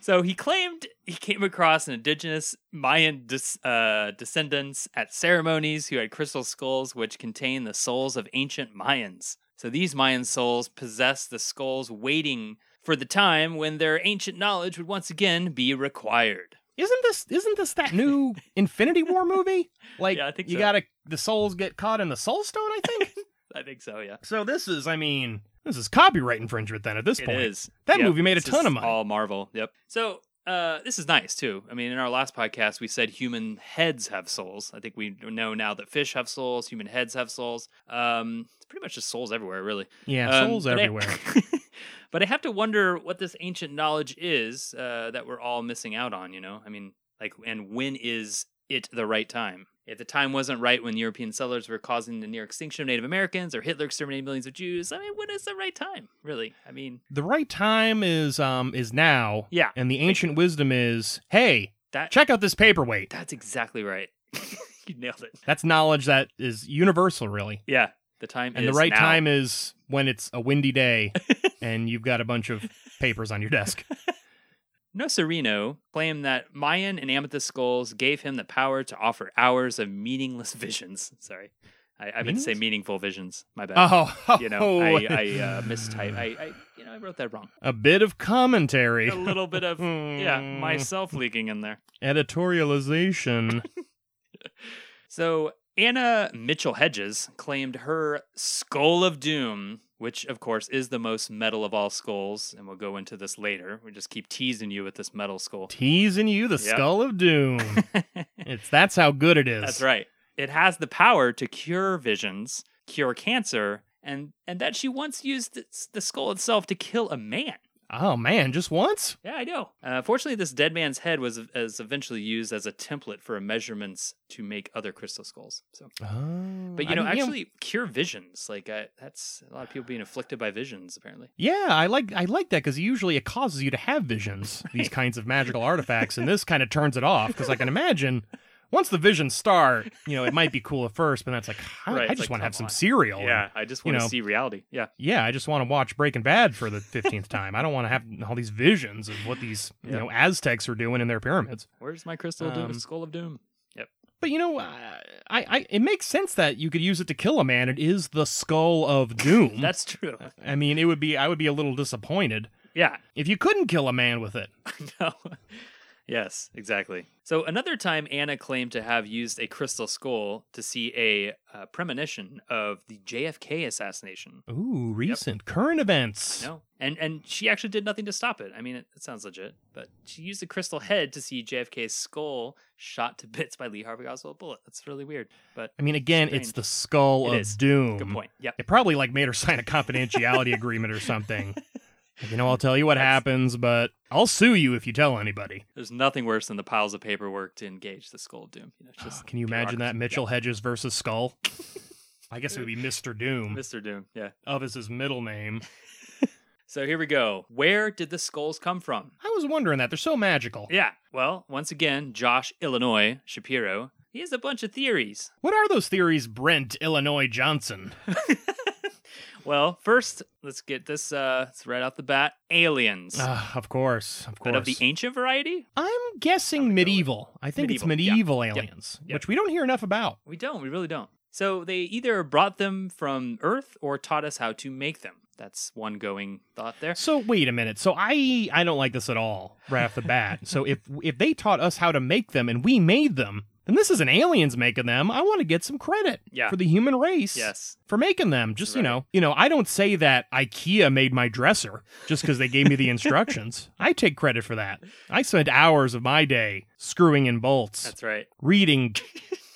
Speaker 2: so he claimed he came across an indigenous Mayan des- uh, descendants at ceremonies who had crystal skulls which contain the souls of ancient Mayans. So these Mayan souls possess the skulls waiting for the time when their ancient knowledge would once again be required.
Speaker 1: Isn't this isn't this that new Infinity War movie? Like
Speaker 2: Yeah, I think
Speaker 1: you
Speaker 2: so.
Speaker 1: gotta the souls get caught in the soul stone, I think.
Speaker 2: I think so, yeah.
Speaker 1: so this is I mean, this is copyright infringement then at this
Speaker 2: It
Speaker 1: point.
Speaker 2: is.
Speaker 1: That movie made a
Speaker 2: this
Speaker 1: ton
Speaker 2: is
Speaker 1: of money.
Speaker 2: All Marvel. Yep. So uh, this is nice too. I mean, in our last podcast, we said human heads have souls. I think we know now that fish have souls. Human heads have souls. Um, it's pretty much just souls everywhere, really.
Speaker 1: Yeah,
Speaker 2: Um,
Speaker 1: souls
Speaker 2: but I-
Speaker 1: everywhere.
Speaker 2: but I have to wonder what this ancient knowledge is uh, that we're all missing out on. You know, I mean, like, and when is it the right time? If the time wasn't right when European settlers were causing the near extinction of Native Americans or Hitler exterminating millions of Jews, I mean, when is the right time, really? I mean,
Speaker 1: the right time is um is now.
Speaker 2: Yeah.
Speaker 1: And the ancient wisdom is, hey,
Speaker 2: that
Speaker 1: check out this paperweight.
Speaker 2: That's exactly right. you nailed it.
Speaker 1: That's knowledge that is universal really.
Speaker 2: Yeah, the time
Speaker 1: And
Speaker 2: is
Speaker 1: the right
Speaker 2: now.
Speaker 1: time is when it's a windy day and you've got a bunch of papers on your desk.
Speaker 2: Nocerino claimed that Mayan and amethyst skulls gave him the power to offer hours of meaningless visions. Sorry, I, I meant to say
Speaker 1: Meaningless?
Speaker 2: meaningful visions. My bad.
Speaker 1: Oh,
Speaker 2: You know, I, I uh, mistyped. I, I, you know, I wrote that wrong.
Speaker 1: a bit of commentary.
Speaker 2: A little bit of yeah,
Speaker 1: Hmm.
Speaker 2: myself leaking in there.
Speaker 1: editorialization.
Speaker 2: So Anna Mitchell Hedges claimed her Skull of Doom, which of course is the most metal of all skulls, and we'll go into this later. We just keep teasing you with this metal skull.
Speaker 1: Teasing you, the
Speaker 2: Yep.
Speaker 1: skull of doom. it's that's how good it is.
Speaker 2: That's right. It has the power to cure visions, cure cancer, and and that she once used its- the skull itself to kill a man.
Speaker 1: Oh man, just once?
Speaker 2: Yeah, I know. Uh, fortunately, this dead man's head was is eventually used as a template for measurements to make other crystal skulls. So
Speaker 1: Oh,
Speaker 2: But
Speaker 1: I
Speaker 2: you know,
Speaker 1: didn't-
Speaker 2: actually, cure visions. Like I, that's a lot of people being afflicted by visions. Apparently,
Speaker 1: yeah, I like I like that because usually it causes you to have visions. These kinds of magical artifacts, and this kind of turns it off because I can imagine. Once the visions start, you know, it might be cool at first, but that's like, I,
Speaker 2: Right,
Speaker 1: I
Speaker 2: it's
Speaker 1: just
Speaker 2: like,
Speaker 1: want to have
Speaker 2: come
Speaker 1: some
Speaker 2: on.
Speaker 1: cereal. and-
Speaker 2: Oh, I just
Speaker 1: you
Speaker 2: want to
Speaker 1: know.
Speaker 2: see reality. Yeah,
Speaker 1: yeah, I just want to watch Breaking Bad for the 15th time. I don't want to have all these visions of what these, you
Speaker 2: Yeah.
Speaker 1: know, Aztecs are doing in their pyramids.
Speaker 2: where's my crystal of
Speaker 1: Um,
Speaker 2: doom? Skull of doom.
Speaker 1: But you know, I, I it makes sense that you could use it to kill a man. It is the skull of doom. Uh.
Speaker 2: That's true.
Speaker 1: I mean, it would be I would be a little disappointed
Speaker 2: Yeah,
Speaker 1: if you couldn't kill a man with it.
Speaker 2: no. yes, exactly. So another time, Anna claimed to have used a crystal skull to see a uh, premonition of the JFK assassination.
Speaker 1: Ooh, recent current events.
Speaker 2: No, and and she actually did nothing to stop it. I mean, it, it sounds legit, but she used a crystal head to see JFK's skull shot to bits by Lee Harvey Oswald bullet. That's really weird, but
Speaker 1: I mean, again, it's
Speaker 2: Strange.
Speaker 1: the skull
Speaker 2: It
Speaker 1: of
Speaker 2: is.
Speaker 1: doom.
Speaker 2: Good point. Yep.
Speaker 1: It probably like made her sign a confidentiality agreement or something. You know, I'll tell you what
Speaker 2: That's-
Speaker 1: happens, but I'll sue you if you tell anybody.
Speaker 2: There's nothing worse than the piles of paperwork to engage the Skull of Doom. You know, it's just
Speaker 1: Ah, Can you imagine that
Speaker 2: bureaucracy.
Speaker 1: Mitchell Hedges versus Skull? I guess it would be Mr.
Speaker 2: Yeah.
Speaker 1: Doom.
Speaker 2: Mr. Doom? Yeah.
Speaker 1: Of is his middle name.
Speaker 2: So here we go. Where did the skulls come from?
Speaker 1: I was wondering that. They're so magical.
Speaker 2: Yeah. Well, once again, Josh Illinois Shapiro. He has a bunch of theories.
Speaker 1: What are those theories, Brent Illinois Johnson?
Speaker 2: Well, first, let's get this uh it's right off the bat. Aliens.
Speaker 1: Ah, of course, of course.
Speaker 2: but of the ancient variety?
Speaker 1: I'm guessing medieval. I think it's
Speaker 2: Medieval,
Speaker 1: medieval
Speaker 2: yeah. Yep,
Speaker 1: aliens,
Speaker 2: yep.
Speaker 1: which we don't hear enough about.
Speaker 2: We don't, we really don't. So they either brought them from Earth or taught us how to make them. That's one going thought there.
Speaker 1: So wait a minute. So I I don't like this at all right off the bat. so if if they taught us how to make them and we made them, then this isn't aliens making them. I want to get some credit
Speaker 2: Yeah.
Speaker 1: for the human race.
Speaker 2: Yes.
Speaker 1: For making them, just you
Speaker 2: Right.
Speaker 1: know, you know, I don't say that IKEA made my dresser just because they gave me the instructions. I take credit for that. I spent hours of my day screwing in bolts,
Speaker 2: That's right.
Speaker 1: reading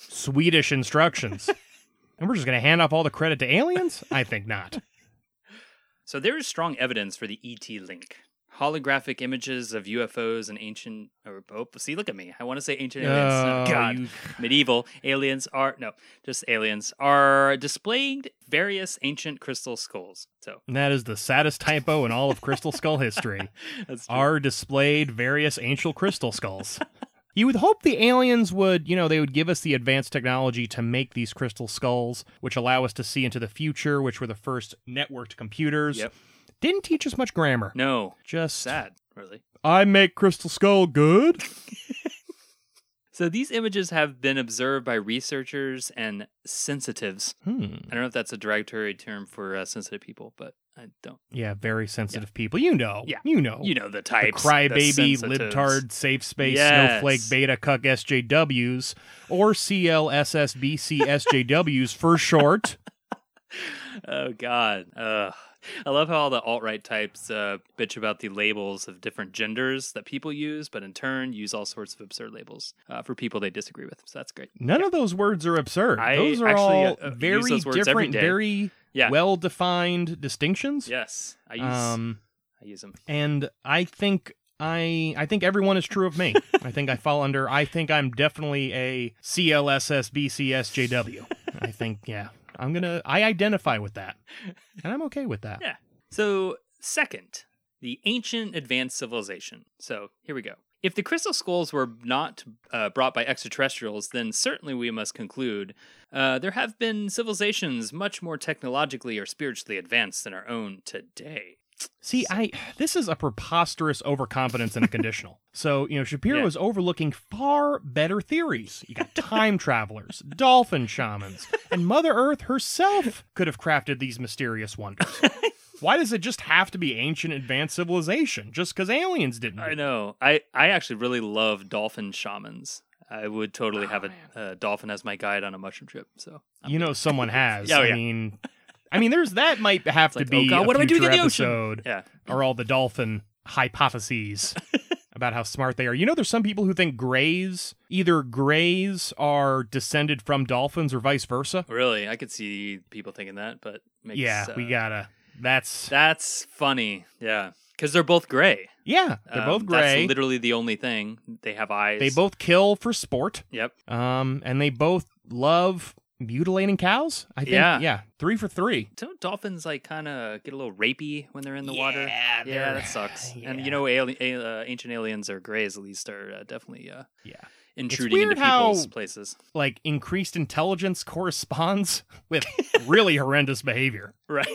Speaker 1: Swedish instructions, and we're just gonna hand off all the credit to aliens? I think not.
Speaker 2: So there is strong evidence for the ET link. Holographic images of UFOs and ancient. Or, oh, see, look at me. I want to say ancient aliens. Oh,
Speaker 1: Oh,
Speaker 2: God,
Speaker 1: you-
Speaker 2: medieval aliens are no, just aliens are displaying various ancient crystal skulls. So
Speaker 1: And that is the saddest typo in all of Crystal Skull history.
Speaker 2: that's true.
Speaker 1: Are displayed various ancient crystal skulls. You would hope the aliens would, you know, they would give us the advanced technology to make these crystal skulls, which allow us to see into the future, which were the first networked computers.
Speaker 2: Yep.
Speaker 1: Didn't teach us much grammar.
Speaker 2: no
Speaker 1: Just
Speaker 2: sad really.
Speaker 1: I make crystal skull good.
Speaker 2: So these images have been observed by researchers and sensitives.
Speaker 1: Hmm.
Speaker 2: I don't know if that's a derogatory term for uh, sensitive people, but I don't.
Speaker 1: Yeah, very sensitive people. You know.
Speaker 2: Yeah.
Speaker 1: You know.
Speaker 2: You know the
Speaker 1: Oh, the
Speaker 2: types. the
Speaker 1: crybaby,
Speaker 2: sensitives.
Speaker 1: libtard, safe space,
Speaker 2: Yes.
Speaker 1: snowflake, beta cuck SJWs, or CLSSBC SJWs for short.
Speaker 2: Oh God. Ugh. I love how all the alt right types uh, bitch about the labels of different genders that people use, but in turn use all sorts of absurd labels uh, for people they disagree with. So that's great.
Speaker 1: None of those words are absurd.
Speaker 2: I
Speaker 1: those are
Speaker 2: actually,
Speaker 1: all
Speaker 2: uh, uh, use
Speaker 1: very
Speaker 2: those words every
Speaker 1: different,
Speaker 2: day.
Speaker 1: very
Speaker 2: Yeah.
Speaker 1: well defined distinctions.
Speaker 2: yes, I use
Speaker 1: Um,
Speaker 2: I use them.
Speaker 1: and I think I I think everyone is true of me. I think I fall under. I think I'm definitely a CLSSBCSJW. I think yeah. I'm gonna. I identify with that, and I'm okay with that.
Speaker 2: Yeah. So second, the ancient advanced civilization. So here we go. If the crystal skulls were not uh, brought by extraterrestrials, then certainly we must conclude uh, there have been civilizations much more technologically or spiritually advanced than our own today.
Speaker 1: See, I this is a preposterous overconfidence in a conditional. So, you know, Shapiro
Speaker 2: Yeah.
Speaker 1: is overlooking far better theories. You got time travelers, dolphin shamans, and Mother Earth herself could have crafted these mysterious wonders. Why does it just have to be ancient advanced civilization? Just because aliens didn't? do
Speaker 2: I
Speaker 1: it?
Speaker 2: know. I I actually really love dolphin shamans. I would totally
Speaker 1: Oh,
Speaker 2: have a uh, dolphin as my guide on a mushroom trip. So I'm
Speaker 1: You know, someone has.
Speaker 2: Yeah, oh,
Speaker 1: I
Speaker 2: yeah.
Speaker 1: mean, I mean, there's that might have to
Speaker 2: like, oh
Speaker 1: be a
Speaker 2: God, what do I do
Speaker 1: future
Speaker 2: to the ocean?
Speaker 1: episode.
Speaker 2: yeah,
Speaker 1: are all the dolphin hypotheses about how smart they are. You know, there's some people who think grays, either grays are descended from dolphins or vice versa.
Speaker 2: really, I could see people thinking that, but makes,
Speaker 1: yeah, we
Speaker 2: uh,
Speaker 1: gotta. That's
Speaker 2: That's funny. Yeah, because they're both gray.
Speaker 1: yeah. They're
Speaker 2: Um,
Speaker 1: both
Speaker 2: That's
Speaker 1: gray.
Speaker 2: literally the only thing they have eyes.
Speaker 1: They both kill for sport.
Speaker 2: Yep.
Speaker 1: Um, and they both love mutilating cows. I think.
Speaker 2: Yeah.
Speaker 1: yeah. Three for three.
Speaker 2: Don't dolphins like kind of get a little rapey when they're in the
Speaker 1: yeah,
Speaker 2: water? Yeah,
Speaker 1: they're-
Speaker 2: that sucks. And
Speaker 1: yeah.
Speaker 2: you know, ali- a- uh, ancient aliens or grays at least are uh, definitely uh,
Speaker 1: Yeah.
Speaker 2: intruding into
Speaker 1: weird how-
Speaker 2: people's places.
Speaker 1: like increased intelligence corresponds with really horrendous behavior.
Speaker 2: Right.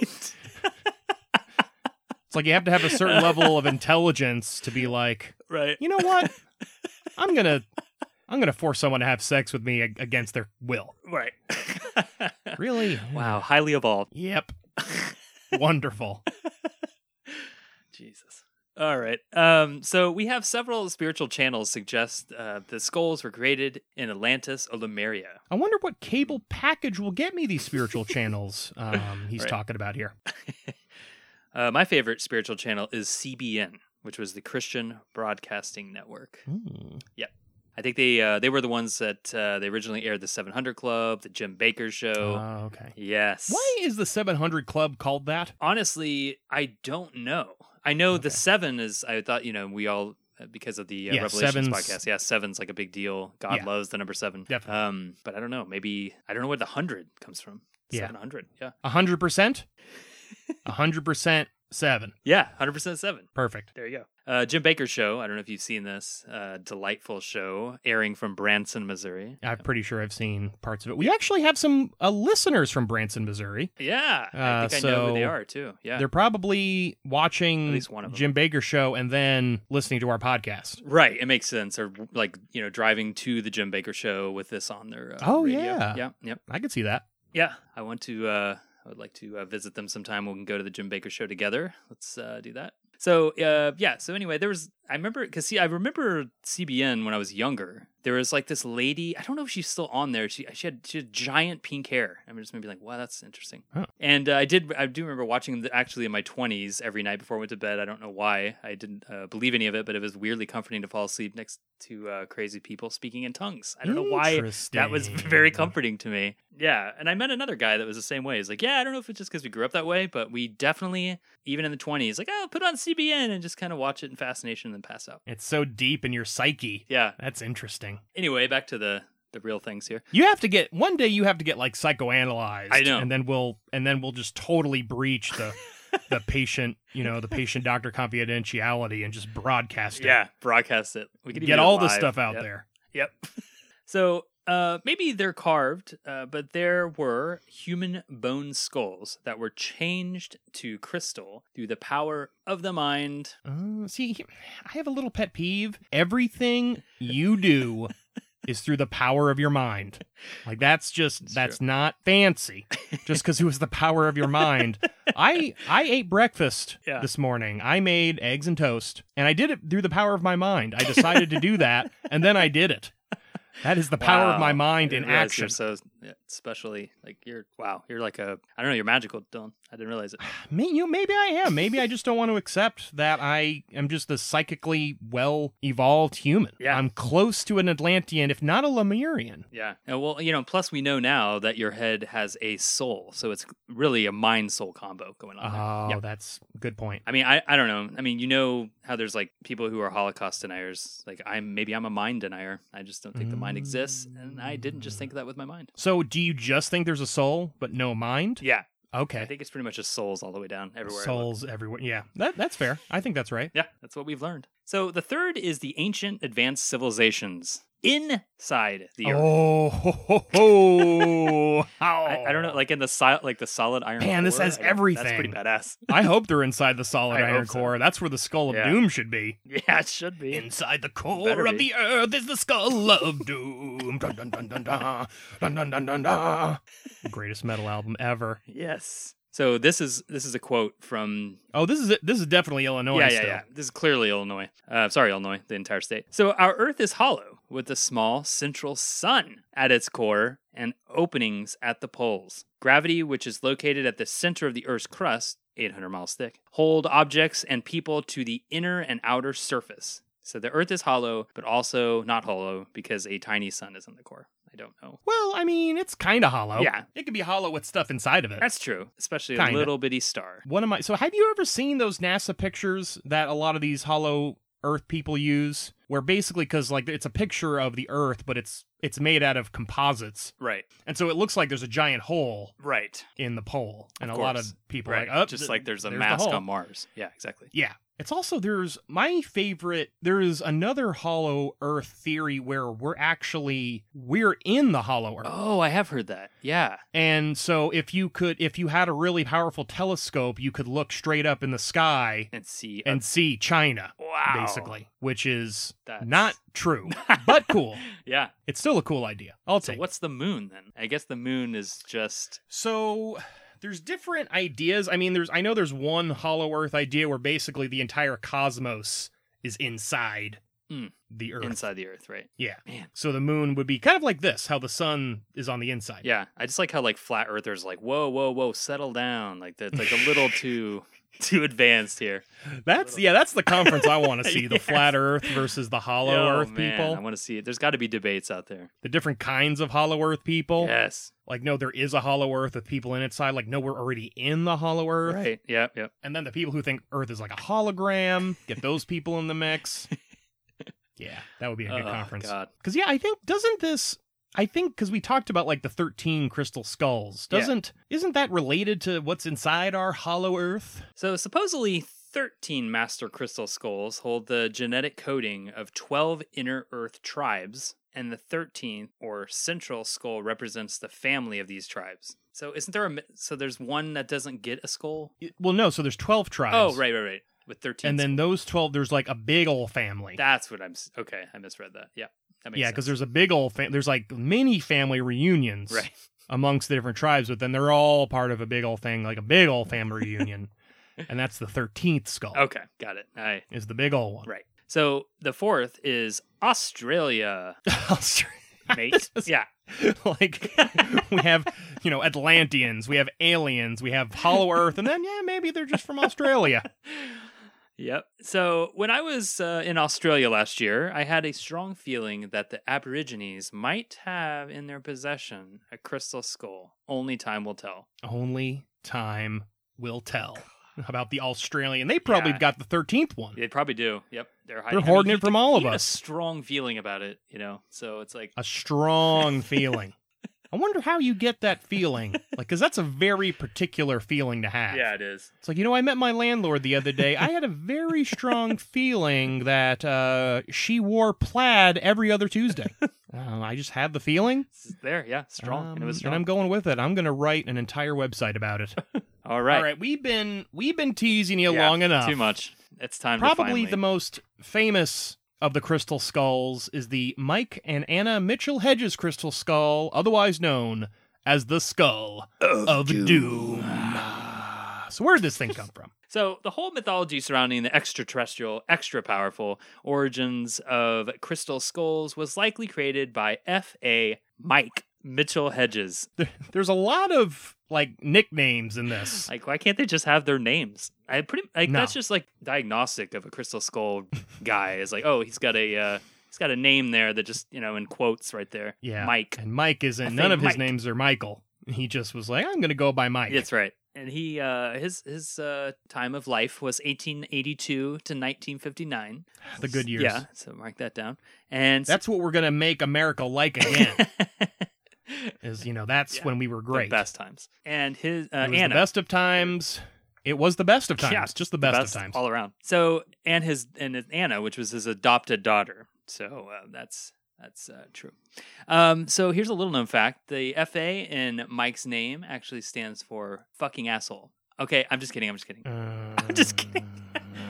Speaker 1: It's like you have to have a certain level of intelligence to be like,
Speaker 2: right.
Speaker 1: you know what? I'm gonna I'm gonna force someone to have sex with me ag- against their will.
Speaker 2: Right.
Speaker 1: Really?
Speaker 2: wow, highly evolved.
Speaker 1: Yep. Wonderful.
Speaker 2: Jesus. All right. Um, so we have several spiritual channels suggest uh, the skulls were created in Atlantis or Lemuria.
Speaker 1: I wonder what cable package will get me these spiritual channels um, he's
Speaker 2: Right.
Speaker 1: talking about here.
Speaker 2: Uh, my favorite spiritual channel is CBN, which was the Christian Broadcasting Network. I think they uh, they were the ones that uh, they originally aired the 700 Club, the Jim Baker Show.
Speaker 1: Oh, okay.
Speaker 2: yes.
Speaker 1: Why is the 700 Club called that?
Speaker 2: Honestly, I don't know. I know
Speaker 1: Okay.
Speaker 2: the seven is. I thought you know we all uh, because of the uh,
Speaker 1: Yeah,
Speaker 2: Revelations
Speaker 1: seven's-
Speaker 2: podcast. Yeah, seven's like a big deal. God
Speaker 1: Yeah.
Speaker 2: loves the number seven.
Speaker 1: Definitely.
Speaker 2: Um, but I don't know. Maybe I don't know where the hundred comes from.
Speaker 1: Yeah.
Speaker 2: Seven hundred. Yeah.
Speaker 1: A hundred percent. A hundred percent seven.
Speaker 2: Yeah. Hundred percent seven.
Speaker 1: Perfect.
Speaker 2: There you go. Uh, Jim Baker's show. I don't know if you've seen this. Uh, delightful show airing from Branson, Missouri.
Speaker 1: I'm pretty sure I've seen parts of it. We actually have some uh, listeners from Branson, Missouri.
Speaker 2: Yeah, I
Speaker 1: Uh,
Speaker 2: think I know who they
Speaker 1: so
Speaker 2: are too. Yeah,
Speaker 1: They're probably watching
Speaker 2: At least one of 'em.
Speaker 1: Jim Baker's show and then listening to our podcast.
Speaker 2: Right, it makes sense. Or like you know, driving to the Jim Baker show with this on their. Uh,
Speaker 1: Oh,
Speaker 2: radio.
Speaker 1: yeah.
Speaker 2: yeah, yep,
Speaker 1: I could see that.
Speaker 2: yeah. I want to. Uh, I would like to uh, visit them sometime. We can go to the Jim Baker show together. Let's uh, do that. So uh, yeah. So anyway, there was. I remember because see, I remember CBN when I was younger. There was like this lady. I don't know if she's still on there. She she had she had giant pink hair. I mean, just maybe like, wow, that's interesting.
Speaker 1: Huh.
Speaker 2: And uh, I did. I do remember watching the, actually in my twenties every night before I went to bed. I don't know why I didn't uh, believe any of it, but it was weirdly comforting to fall asleep next to uh, crazy people speaking in tongues. I don't know why that was very
Speaker 1: Interesting.
Speaker 2: comforting to me. Yeah, and I met another guy that was the same way. He's like, yeah, I don't know if it's just because we grew up that way, but we definitely, even in the twenties, like, oh, put on CBN and just kind of watch it in fascination and then pass out.
Speaker 1: It's so deep in your psyche.
Speaker 2: Yeah.
Speaker 1: That's interesting.
Speaker 2: Anyway, back to the the real things here.
Speaker 1: You have to get one day. You have to get like psychoanalyzed.
Speaker 2: I know.
Speaker 1: and then we'll and then we'll just totally breach the the patient, you know, the patient doctor confidentiality and just broadcast it.
Speaker 2: Yeah, broadcast it. We could even
Speaker 1: get
Speaker 2: do it
Speaker 1: all this
Speaker 2: live.
Speaker 1: stuff out
Speaker 2: Yep.
Speaker 1: there.
Speaker 2: Yep. so uh, maybe they're carved, uh, but there were human bone skulls that were changed to crystal through the power of the mind.
Speaker 1: Uh, see, he- I have a little pet peeve. Everything you do is through the power of your mind. Like that's just
Speaker 2: It's
Speaker 1: that's not fancy. Just because it was the power of your mind. I I ate breakfast
Speaker 2: Yeah.
Speaker 1: this morning. I made eggs and toast, and I did it through the power of my mind. I decided to do that, and then I did it. That is the power of my
Speaker 2: Wow. I
Speaker 1: mind in
Speaker 2: didn't realize
Speaker 1: action.
Speaker 2: You're so yeah, especially like you're wow. You're like a I don't know. You're magical, Dylan. I didn't realize it.
Speaker 1: May, you know, maybe I am. Maybe I just don't want to accept that I am just a psychically well evolved human.
Speaker 2: Yeah.
Speaker 1: I'm close to an Atlantean, if not a Lemurian.
Speaker 2: Yeah. And well, you know. Plus, we know now that your head has a soul, so it's really a mind soul combo going on. there.
Speaker 1: Oh,
Speaker 2: Yeah.
Speaker 1: that's a good point.
Speaker 2: I mean, I, I don't know. I mean, you know how there's like people who are Holocaust deniers. Like I'm maybe I'm a mind denier. I just don't think the mind exists, and I didn't just think of that with my mind.
Speaker 1: So, do you just think there's a soul but no mind?
Speaker 2: Yeah, I
Speaker 1: Okay.
Speaker 2: think it's pretty much just souls all the way down everywhere. I look.
Speaker 1: Mm. Souls everywhere. Yeah, that, that's fair. I think that's right.
Speaker 2: Yeah, that's what we've learned. So the third is the ancient advanced civilizations inside the earth.
Speaker 1: Oh, ho, ho, ho. How?
Speaker 2: I, I don't know, like in the sol- like the solid iron.
Speaker 1: Oh. Man, this
Speaker 2: core,
Speaker 1: has
Speaker 2: I don't- That's pretty
Speaker 1: everything.
Speaker 2: badass.
Speaker 1: I hope they're inside the solid
Speaker 2: I
Speaker 1: iron
Speaker 2: hope so.
Speaker 1: core. That's where the skull of
Speaker 2: Yeah.
Speaker 1: doom should be.
Speaker 2: Yeah, it should be.
Speaker 1: Inside the
Speaker 2: Better
Speaker 1: core of
Speaker 2: be.
Speaker 1: the earth is the skull of doom. Dun, dun, dun, dun, dun. Dun, dun, dun, dun, dun. Greatest metal album ever.
Speaker 2: yes. So this is this is a quote from
Speaker 1: Oh, this is it. This is definitely Illinois.
Speaker 2: yeah, yeah,
Speaker 1: still.
Speaker 2: yeah. This is clearly Illinois. Uh, sorry, Illinois, the entire state. So our Earth is hollow with a small central sun at its core and openings at the poles. Gravity, which is located at the center of the Earth's crust, 800 miles thick, hold objects and people to the inner and outer surface. So the Earth is hollow, but also not hollow because a tiny sun is in the core. I don't know.
Speaker 1: Well, I mean, it's kind of hollow.
Speaker 2: Yeah.
Speaker 1: It could be hollow with stuff inside of it.
Speaker 2: That's true, especially a
Speaker 1: Kinda.
Speaker 2: little bitty star.
Speaker 1: one of my. So, have you ever seen those NASA pictures that a lot of these hollow Earth people use, where basically, because like it's a picture of the Earth, but it's it's made out of composites,
Speaker 2: Right,
Speaker 1: and so it looks like there's a giant hole
Speaker 2: right,
Speaker 1: in the pole, and
Speaker 2: Of
Speaker 1: a lot
Speaker 2: course.
Speaker 1: of people
Speaker 2: right.
Speaker 1: are like, oh,
Speaker 2: Just
Speaker 1: th-
Speaker 2: like there's a
Speaker 1: the
Speaker 2: mask
Speaker 1: hole."
Speaker 2: on Mars. Yeah, exactly.
Speaker 1: Yeah. It's also there's my favorite there's another hollow earth theory where we're actually we're in the hollow earth.
Speaker 2: Oh, I have heard that. Yeah.
Speaker 1: And so if you could if you had a really powerful telescope, you could look straight up in the sky
Speaker 2: and see. uh,
Speaker 1: and see China
Speaker 2: wow.
Speaker 1: basically, which is
Speaker 2: That's-
Speaker 1: not true, but cool.
Speaker 2: Yeah.
Speaker 1: It's still a cool idea. I'll
Speaker 2: So
Speaker 1: take. it.
Speaker 2: what's the moon then? I guess the moon is just
Speaker 1: So there's different ideas. I mean, there's I know there's one hollow earth idea where basically the entire cosmos is inside
Speaker 2: Hmm.
Speaker 1: the earth.
Speaker 2: inside the earth, right?
Speaker 1: Yeah.
Speaker 2: Man.
Speaker 1: So the moon would be kind of like this, how the sun is on the inside.
Speaker 2: Yeah. I just like how like flat earthers like, whoa, whoa, whoa, settle down. Like that's like a little too too advanced here.
Speaker 1: That's yeah, that's the conference I want to see: the
Speaker 2: Yes.
Speaker 1: flat Earth versus the Hollow
Speaker 2: Oh,
Speaker 1: Earth
Speaker 2: man, I
Speaker 1: people,
Speaker 2: want to see it. There's got to be debates out there.
Speaker 1: the different kinds of Hollow Earth people.
Speaker 2: Yes.
Speaker 1: Like, no, there is a Hollow Earth with people in its side. Like, no, we're already in the Hollow Earth.
Speaker 2: Right. Yep. Yep.
Speaker 1: And then the people who think Earth is like a hologram, get those people in the mix. Yeah, that would be a good
Speaker 2: oh,
Speaker 1: conference.
Speaker 2: God.
Speaker 1: Because yeah, I think doesn't this? I think because we talked about like the thirteen crystal skulls.
Speaker 2: Yeah.
Speaker 1: Doesn't isn't that related to what's inside our Hollow Earth?
Speaker 2: So supposedly 13 master crystal skulls hold the genetic coding of 12 inner earth tribes and the 13th or central skull represents the family of these tribes. So isn't there a mi- so there's one that doesn't get a skull?
Speaker 1: It- well, no. So there's twelve tribes.
Speaker 2: Oh, right, right, right. With 13
Speaker 1: And then those twelve, there's like a big old family.
Speaker 2: skulls. that's what I'm s- Okay, I misread that. Yeah. That makes
Speaker 1: yeah,
Speaker 2: sense.
Speaker 1: because there's a big old fam- there's like many family reunions
Speaker 2: Right.
Speaker 1: amongst the different tribes, but then they're all part of a big old thing, like a big old family reunion, and that's the thirteenth skull
Speaker 2: Okay, got it. I
Speaker 1: is the big old one.
Speaker 2: right. So the fourth is Australia, mate.
Speaker 1: This is-
Speaker 2: yeah.
Speaker 1: like we have you know atlanteans we have aliens we have hollow earth and then yeah maybe they're just from australia
Speaker 2: Yep. So when I was uh, in Australia last year, I had a strong feeling that the Aborigines might have in their possession a crystal skull. Only time will tell.
Speaker 1: only time will tell about the australian they probably
Speaker 2: Yeah.
Speaker 1: got the 13th one
Speaker 2: They probably do. Yep. They're,
Speaker 1: Hmm. they're hoarding it from all
Speaker 2: all
Speaker 1: of
Speaker 2: A
Speaker 1: us
Speaker 2: strong feeling about it, you know. So it's like,
Speaker 1: a strong feeling i wonder how you get that feeling like because that's a very particular feeling to have
Speaker 2: yeah, it is.
Speaker 1: it's like you know i met my landlord the other day i had a very strong feeling that uh, she wore plaid every other tuesday uh, i just had the feeling
Speaker 2: It's there. Yeah, strong. and it
Speaker 1: Um,
Speaker 2: was
Speaker 1: and I'm
Speaker 2: strong.
Speaker 1: going with it. I'm going to write an entire website about it.
Speaker 2: All right.
Speaker 1: All right, we've been we've been teasing you
Speaker 2: Yeah,
Speaker 1: long enough.
Speaker 2: Too much. It's time. to
Speaker 1: Probably
Speaker 2: finally...
Speaker 1: the most famous of the crystal skulls is the Mike and Anna Mitchell Hedges crystal skull, otherwise known as the skull of, doom. So where did this thing come from?
Speaker 2: So, the whole mythology surrounding the extraterrestrial, extra powerful origins of crystal skulls was likely created by F.A. Mike Mitchell Hedges.
Speaker 1: There, there's a lot of like nicknames in this.
Speaker 2: Like, why can't they just have their names? I pretty like
Speaker 1: No.
Speaker 2: that's just like diagnostic of a crystal skull guy. Is like, oh, he's got a uh, he's got a name there that just you know in quotes right there.
Speaker 1: Yeah.
Speaker 2: Mike.
Speaker 1: and Mike
Speaker 2: I
Speaker 1: isn't.
Speaker 2: think
Speaker 1: None of his
Speaker 2: Mike.
Speaker 1: names are Michael. He just was like, I'm going to go by Mike.
Speaker 2: That's right. And he uh, his his uh, time of life was 1882 to 1959.
Speaker 1: the good years.
Speaker 2: Yeah, so mark that down. And
Speaker 1: That's what we're gonna make America like again. is you know that's
Speaker 2: Yeah.
Speaker 1: when we were
Speaker 2: The
Speaker 1: great.
Speaker 2: best times. And his uh,
Speaker 1: It was
Speaker 2: Anna,
Speaker 1: the best of times. It was the best of times.
Speaker 2: Yeah,
Speaker 1: just the best, of times.
Speaker 2: all around. So and his and his Anna, which was his adopted daughter. So uh, that's that's uh, true. Um, so here's a little known fact: the F A in Mike's name actually stands for fucking asshole. Okay, I'm just kidding. I'm just kidding.
Speaker 1: I'm
Speaker 2: just kidding.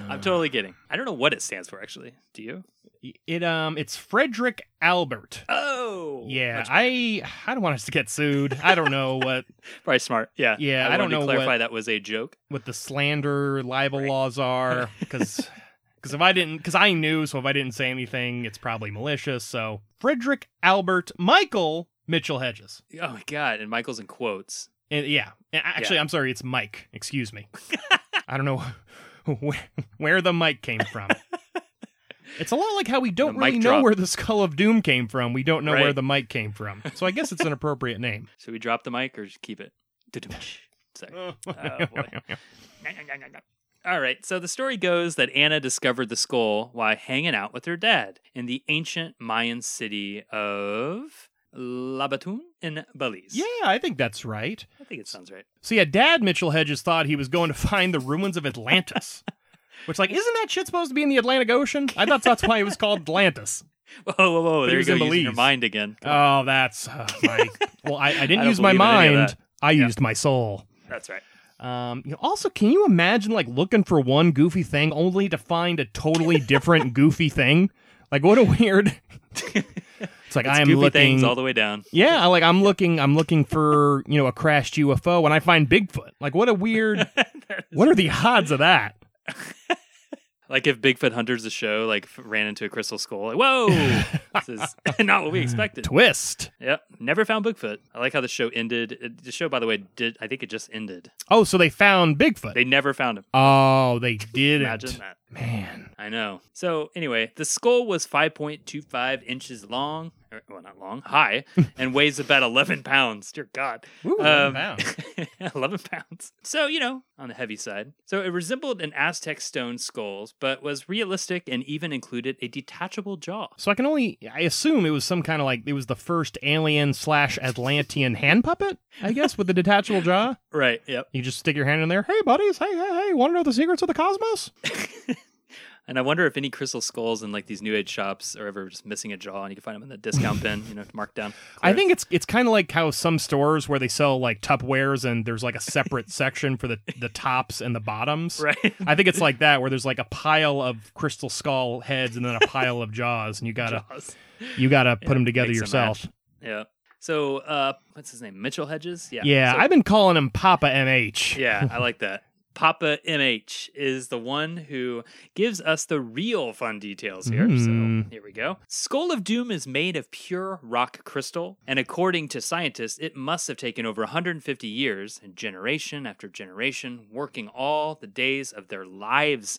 Speaker 2: I'm
Speaker 1: Uh.
Speaker 2: totally kidding. I don't know what it stands for actually. Do you?
Speaker 1: It um, it's Frederick Albert.
Speaker 2: Oh,
Speaker 1: Yeah,
Speaker 2: Which-
Speaker 1: I I don't want us to get sued. I don't know what
Speaker 2: probably smart. Yeah,
Speaker 1: Yeah,
Speaker 2: I,
Speaker 1: I don't
Speaker 2: wanted
Speaker 1: know
Speaker 2: to clarify that was a joke.
Speaker 1: what the slander libel
Speaker 2: Right.
Speaker 1: laws are because because if I didn't because I knew so if I didn't say anything it's probably malicious. So Frederick Albert Michael Mitchell Hedges.
Speaker 2: Oh my god! And Michael's in quotes.
Speaker 1: And, yeah. And a- actually, I'm sorry. It's Mike. Excuse me. I don't know where, where the mic came from. It's a lot like how we don't
Speaker 2: The mic
Speaker 1: really know
Speaker 2: drop.
Speaker 1: where the Skull of Doom came from. We don't know where
Speaker 2: Right.
Speaker 1: the mic came from. So I guess it's an appropriate name.
Speaker 2: Should we drop the mic or just keep it? Sorry. Oh, boy. All right, so the story goes that Anna discovered the skull while hanging out with her dad in the ancient Mayan city of Labatun in Belize.
Speaker 1: yeah, I think that's right.
Speaker 2: I think it sounds right.
Speaker 1: So yeah, Dad Mitchell Hedges thought he was going to find the ruins of Atlantis. Which, like, isn't that shit supposed to be in the Atlantic Ocean? I thought that's why it was called Atlantis.
Speaker 2: Whoa, whoa, whoa!
Speaker 1: But
Speaker 2: There
Speaker 1: it
Speaker 2: you
Speaker 1: was
Speaker 2: go,
Speaker 1: in
Speaker 2: using your
Speaker 1: Belize.
Speaker 2: mind again.
Speaker 1: Oh, that's uh, my. Well, I, I didn't
Speaker 2: don't
Speaker 1: use my
Speaker 2: believe in any of
Speaker 1: mind. I
Speaker 2: Yeah.
Speaker 1: used my soul.
Speaker 2: That's right.
Speaker 1: Um, you know, also, can you imagine like looking for one goofy thing only to find a totally different goofy thing? Like, what a weird. it's like
Speaker 2: It's
Speaker 1: I'm
Speaker 2: goofy
Speaker 1: looking.
Speaker 2: things all the way down.
Speaker 1: yeah, I- like I'm looking. I'm looking for you know a crashed UFO, and I find Bigfoot. Like, what a weird. what are the odds of that?
Speaker 2: Like if Bigfoot Hunters, the show, like f- ran into a crystal skull. Like, whoa, this is not what we expected.
Speaker 1: Twist.
Speaker 2: Yep, never found Bigfoot. I like how the show ended. It- The show, by the way, did I think it just ended?
Speaker 1: Oh, so they found Bigfoot.
Speaker 2: They never found him.
Speaker 1: oh, they didn't.
Speaker 2: Imagine that.
Speaker 1: Man.
Speaker 2: I know. So anyway, the skull was 5.25 inches long, or, well, not long, high, and weighs about 11 pounds. Dear God.
Speaker 1: Ooh,
Speaker 2: Um,
Speaker 1: pounds.
Speaker 2: 11 pounds. So, you know, on the heavy side. So, it resembled an Aztec stone skulls, but was realistic and even included a detachable jaw.
Speaker 1: So I can only I assume it was some kind of like it was the first alien slash Atlantean hand puppet, I guess, with the detachable jaw.
Speaker 2: Right. Yep.
Speaker 1: You just stick your hand in there. Hey, buddies. Hey, hey, hey. Want to know the secrets of the cosmos?
Speaker 2: And I wonder if any crystal skulls in like these new age shops are ever just missing a jaw and you can find them in the discount bin, you know, marked down.
Speaker 1: I think it's it's kind of like how some stores where they sell like Tupperwares and there's like a separate section for the the tops and the bottoms.
Speaker 2: Right.
Speaker 1: I think it's like that where there's like a pile of crystal skull heads and then a pile of jaws and you gotta
Speaker 2: Jaws.
Speaker 1: you gotta put
Speaker 2: Yeah,
Speaker 1: them together
Speaker 2: mix and
Speaker 1: yourself.
Speaker 2: Yeah. So, uh, what's his name? Mitchell Hedges? Yeah.
Speaker 1: Yeah,
Speaker 2: So-
Speaker 1: I've been calling him Papa MH.
Speaker 2: Yeah, I like that. Papa MH is the one who gives us the real fun details here. So
Speaker 1: Mm.
Speaker 2: here we go. Skull of Doom is made of pure rock crystal, and according to scientists, it must have taken over 150 years, and generation after generation, working all the days of their lives.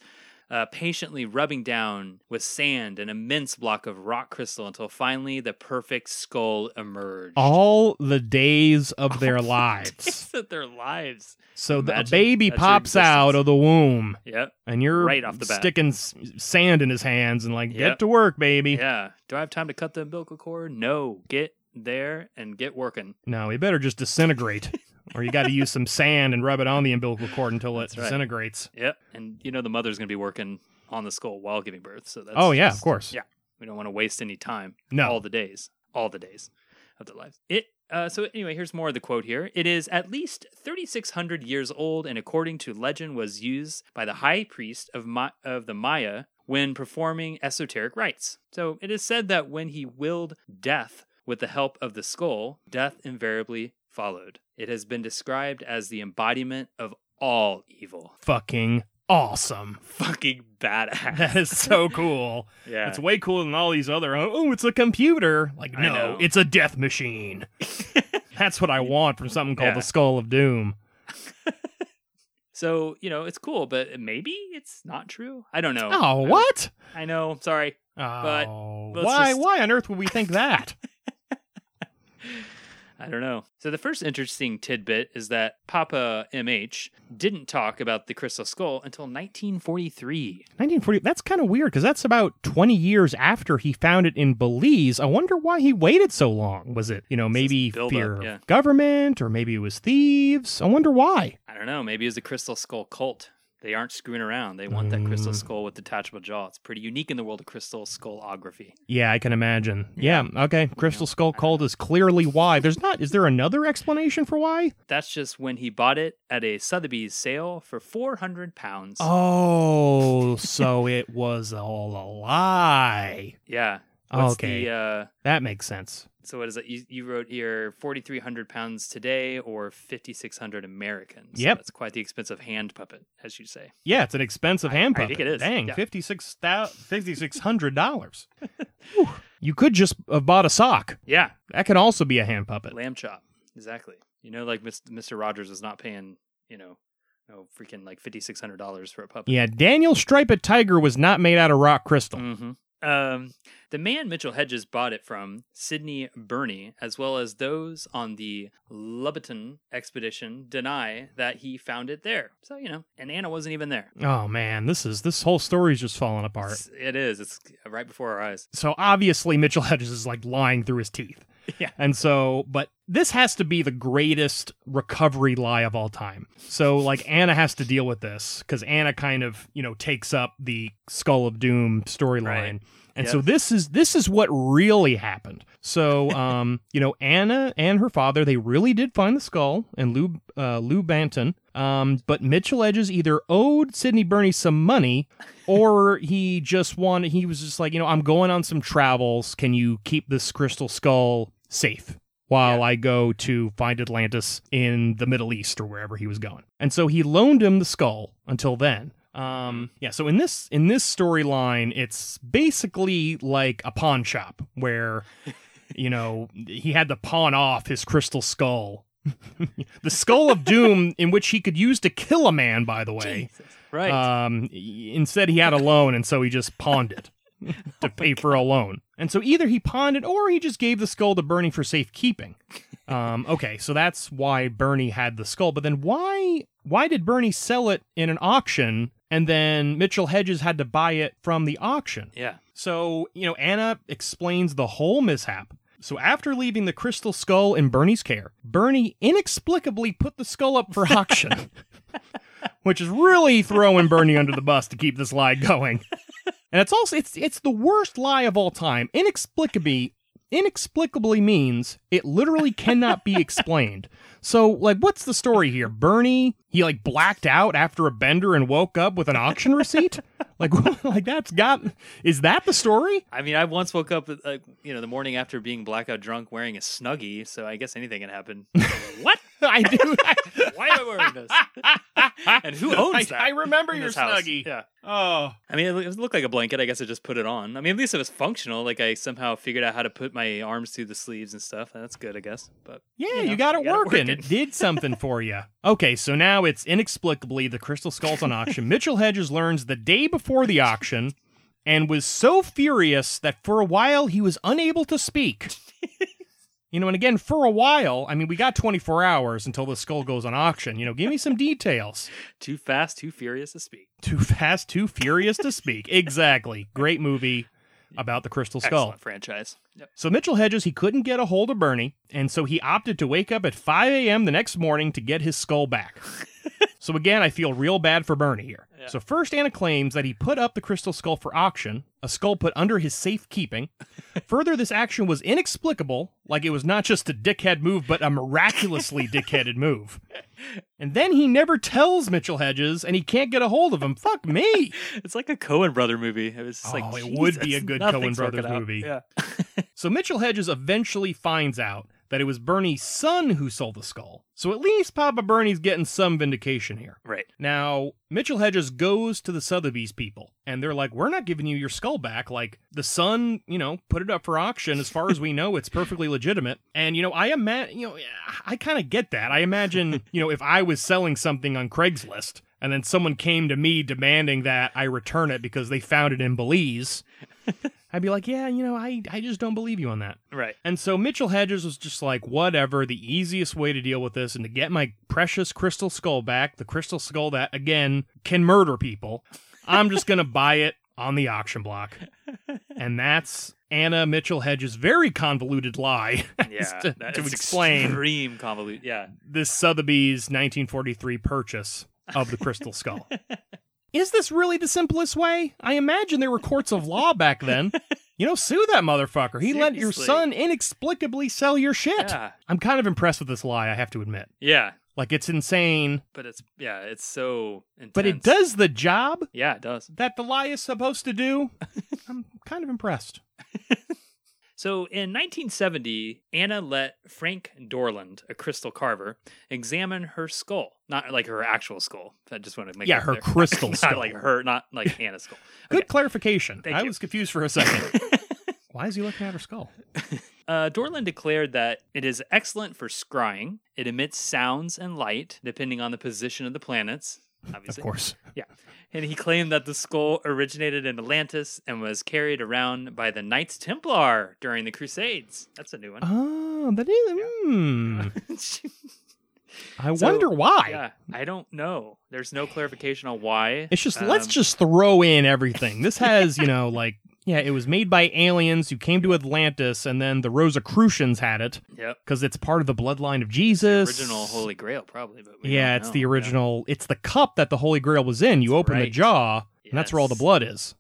Speaker 2: Uh, patiently rubbing down with sand an immense block of rock crystal until finally the perfect skull emerged.
Speaker 1: All the days of their
Speaker 2: All the
Speaker 1: lives.
Speaker 2: days of their lives.
Speaker 1: So the, a
Speaker 2: Imagine
Speaker 1: baby
Speaker 2: that's your
Speaker 1: pops out
Speaker 2: existence.
Speaker 1: of the womb,
Speaker 2: Yep.
Speaker 1: and you're
Speaker 2: Right off the bat.
Speaker 1: sticking s- sand in his hands and like,
Speaker 2: Yep.
Speaker 1: get to work, baby.
Speaker 2: Yeah. Do I have time to cut the umbilical cord? No. Get there and get working.
Speaker 1: No, it better just disintegrate, or you got to use some sand and rub it on the umbilical cord until it
Speaker 2: That's right.
Speaker 1: disintegrates.
Speaker 2: Yep. And you know the mother's gonna be working on the skull while giving birth. So that's
Speaker 1: oh yeah,
Speaker 2: just-
Speaker 1: of course.
Speaker 2: yeah. We don't want to waste any time.
Speaker 1: No.
Speaker 2: All the days. All the days of their lives. It uh, so anyway, here's more of the quote here. It is at least 3600 years old and according to legend was used by the high priest of Ma- of the Maya when performing esoteric rites. So it is said that when he willed death with the help of the skull, death invariably followed. It has been described as the embodiment of all evil.
Speaker 1: Fucking awesome.
Speaker 2: Fucking badass.
Speaker 1: That is so cool.
Speaker 2: yeah.
Speaker 1: It's way cooler than all these other. Oh, oh, it's a computer. Like
Speaker 2: I know.
Speaker 1: no, it's a death machine. That's what I want from something called
Speaker 2: Yeah.
Speaker 1: the Skull of Doom.
Speaker 2: So, you know, it's cool, but maybe it's not true. I don't know.
Speaker 1: Oh,
Speaker 2: I-
Speaker 1: what?
Speaker 2: I know. Sorry.
Speaker 1: Oh,
Speaker 2: let's
Speaker 1: why?
Speaker 2: just-
Speaker 1: Why on earth would we think that?
Speaker 2: I don't know. So, the first interesting tidbit is that Papa MH didn't talk about the crystal skull until 1943.
Speaker 1: 1940. That's kind of weird because that's about 20 years after he found it in Belize. I wonder why he waited so long. Was it, you know,
Speaker 2: It's this
Speaker 1: maybe
Speaker 2: buildup,
Speaker 1: fear
Speaker 2: yeah.
Speaker 1: of government or maybe it was thieves? I wonder why.
Speaker 2: I don't know. Maybe it was the crystal skull cult. They aren't screwing around. They want that crystal
Speaker 1: Mm.
Speaker 2: skull with detachable jaw. It's pretty unique in the world of crystal skullography.
Speaker 1: Yeah, I can imagine. Yeah, okay. Crystal Skull Cult is clearly why. There's not. Is there another explanation for why?
Speaker 2: That's just when he bought it at a Sotheby's sale for 400 pounds.
Speaker 1: Oh, so it was all a lie.
Speaker 2: Yeah. What's
Speaker 1: okay,
Speaker 2: The, uh,
Speaker 1: that makes sense.
Speaker 2: So what is it? You, you wrote here forty three hundred pounds today or fifty six hundred Americans.
Speaker 1: Yep.
Speaker 2: that's quite the expensive hand puppet, as you say.
Speaker 1: Yeah, it's an expensive hand
Speaker 2: I
Speaker 1: puppet.
Speaker 2: think it is,
Speaker 1: Dang,
Speaker 2: yeah.
Speaker 1: fifty six dollars. you could just have bought a sock.
Speaker 2: Yeah,
Speaker 1: That could also be a hand puppet.
Speaker 2: lamb chop. Exactly. You know, like Mis- Mr. Rogers is not paying, you know, no freaking like fifty six hundred dollars for a puppet.
Speaker 1: Yeah, Daniel Striped Tiger was not made out of rock crystal.
Speaker 2: hmm Um, the man Mitchell Hedges bought it from Sidney Burney, as well as those on the Lubberton expedition, deny that he found it there. So you know, and Anna wasn't even there.
Speaker 1: Oh man, this is this whole story's just falling apart.
Speaker 2: It's- It is. It's right before our eyes.
Speaker 1: So obviously Mitchell Hedges is like lying through his teeth.
Speaker 2: Yeah.
Speaker 1: And so, but this has to be the greatest recovery lie of all time. So like Anna has to deal with this because Anna kind of you know takes up the Skull of Doom storyline.
Speaker 2: Right.
Speaker 1: And
Speaker 2: Yep.
Speaker 1: so this is this is what really happened. So um, you know, Anna and her father, they really did find the skull and Lou uh, Lou Banton. Um, but Mitchell Edges either owed Sidney Burney some money or he just wanted he was just like, you know, I'm going on some travels. Can you keep this crystal skull safe? While I go to find Atlantis in the Middle East or wherever he was going. And so he loaned him the skull until then. Um, yeah, so in this in this storyline, it's basically like a pawn shop where, you know, he had to pawn off his crystal skull, the skull of doom, in which he could use to kill a man. By the way,
Speaker 2: Right.
Speaker 1: um, y- instead he had a loan, and so he just pawned it to pay for a loan. And so either he pawned it or he just gave the skull to Bernie for safekeeping. Um, okay, so that's why Bernie had the skull. But then why why did Bernie sell it in an auction and then Mitchell Hedges had to buy it from the auction?
Speaker 2: yeah.
Speaker 1: So, you know, Anna explains the whole mishap. So, after leaving the crystal skull in Bernie's care, Bernie inexplicably put the skull up for auction, which is really throwing Bernie under the bus to keep this lie going. And it's also it's it's the worst lie of all time. Inexplicably inexplicably means it literally cannot be explained. So, like what's the story here? Bernie, he like blacked out after a bender and woke up with an auction receipt? Like like that's got is that the story?
Speaker 2: I mean, I once woke up, uh, you know, the morning after being blackout drunk, wearing a snuggie. So I guess anything can happen. what?
Speaker 1: I do.
Speaker 2: Why am I wearing this? and who owns
Speaker 1: I,
Speaker 2: that?
Speaker 1: I remember
Speaker 2: in
Speaker 1: your
Speaker 2: this house?
Speaker 1: snuggie.
Speaker 2: Yeah.
Speaker 1: Oh,
Speaker 2: I mean, it loo- it looked like a blanket. I guess I just put it on. I mean, at least it was functional. Like I somehow figured out how to put my arms through the sleeves and stuff. That's good, I guess. But
Speaker 1: yeah,
Speaker 2: You
Speaker 1: you,
Speaker 2: know,
Speaker 1: got
Speaker 2: you
Speaker 1: it
Speaker 2: got it
Speaker 1: working.
Speaker 2: working.
Speaker 1: It did something for you. Okay, so now it's inexplicably the crystal skulls on auction. Mitchell Hedges learns the day before the auction, and was so furious that for a while he was unable to speak. You know, and again, for a while, I mean, we got 24 hours until the skull goes on auction. You know, give me some details.
Speaker 2: too fast, too furious to speak.
Speaker 1: Too fast, too furious to speak. Exactly. Great movie about the crystal skull.
Speaker 2: Excellent franchise. Yep.
Speaker 1: So Mitchell Hedges, he couldn't get a hold of Bernie, and so he opted to wake up at 5 a.m. the next morning to get his skull back. so again, I feel real bad for Bernie here.
Speaker 2: Yeah.
Speaker 1: So first, Anna claims that he put up the crystal skull for auction, a skull put under his safekeeping. Further, this action was inexplicable, like it was not just a dickhead move, but a miraculously dickheaded move. And then he never tells Mitchell Hedges, and he can't get a hold of him. Fuck me.
Speaker 2: It's like a Cohen brother movie. It was just like,
Speaker 1: Oh, it would be
Speaker 2: Jesus,
Speaker 1: a good
Speaker 2: nothing's
Speaker 1: Coen Brothers
Speaker 2: working out.
Speaker 1: movie.
Speaker 2: Yeah.
Speaker 1: So Mitchell Hedges eventually finds out that it was Bernie's son who sold the skull. So at least Papa Bernie's getting some vindication here.
Speaker 2: Right.
Speaker 1: Now, Mitchell Hedges goes to the Sotheby's people, and they're like, We're not giving you your skull back. Like, the son, you know, put it up for auction. As far as we know, it's perfectly legitimate. And, you know, I imagine, you know, I kind of get that. I imagine, you know, if I was selling something on Craigslist and then someone came to me demanding that I return it because they found it in Belize, I'd be like, Yeah, you know, I, I just don't believe you on that.
Speaker 2: Right.
Speaker 1: And so Mitchell Hedges was just like, whatever, the easiest way to deal with this and to get my precious crystal skull back, the crystal skull that, again, can murder people, I'm just going to buy it on the auction block. And that's Anna Mitchell Hedges' very convoluted lie
Speaker 2: Yeah.
Speaker 1: to-
Speaker 2: that
Speaker 1: to
Speaker 2: is
Speaker 1: explain.
Speaker 2: Extreme convolute. Yeah.
Speaker 1: this Sotheby's 1943 purchase of the crystal skull. Is this really the simplest way? I imagine there were courts of law back then. You know, sue that motherfucker. He let your
Speaker 2: Seriously.
Speaker 1: son inexplicably sell your shit.
Speaker 2: Yeah.
Speaker 1: I'm kind of impressed with this lie, I have to admit.
Speaker 2: Yeah.
Speaker 1: Like it's insane,
Speaker 2: But it's, yeah, it's so intense.
Speaker 1: but it does the job
Speaker 2: Yeah, it does.
Speaker 1: that the lie is supposed to do. I'm kind of impressed.
Speaker 2: So in 1970, Anna let Frank Dorland, a crystal carver, examine her skull. Not like her actual skull. I just want to make
Speaker 1: Yeah,
Speaker 2: that
Speaker 1: her
Speaker 2: clear.
Speaker 1: crystal
Speaker 2: not
Speaker 1: skull.
Speaker 2: like her, not like Anna's skull.
Speaker 1: Good clarification.
Speaker 2: Thank
Speaker 1: I
Speaker 2: you.
Speaker 1: was confused for a second. Why is he looking at her skull?
Speaker 2: Uh, Dorland declared that it is excellent for scrying. It emits sounds and light depending on the position of the planets.
Speaker 1: Of
Speaker 2: Obviously.
Speaker 1: course.
Speaker 2: And he claimed that the skull originated in Atlantis and was carried around by the Knights Templar during the Crusades. That's a new one.
Speaker 1: Oh, that is. Hmm. I
Speaker 2: So,
Speaker 1: wonder why.
Speaker 2: yeah, I don't know. There's no clarification on why.
Speaker 1: It's just,
Speaker 2: Um,
Speaker 1: let's just throw in everything. This has, you know, like, yeah, it was made by aliens who came to Atlantis, and then the Rosicrucians had it
Speaker 2: Yep.
Speaker 1: because it's part of the bloodline of Jesus.
Speaker 2: Original Holy Grail, probably. But we
Speaker 1: Yeah,
Speaker 2: don't
Speaker 1: it's
Speaker 2: know.
Speaker 1: the
Speaker 2: Yeah.
Speaker 1: original. It's the cup that the Holy Grail was in. You
Speaker 2: That's
Speaker 1: open the
Speaker 2: right.
Speaker 1: jaw, and that's where all the
Speaker 2: Yes.
Speaker 1: blood is.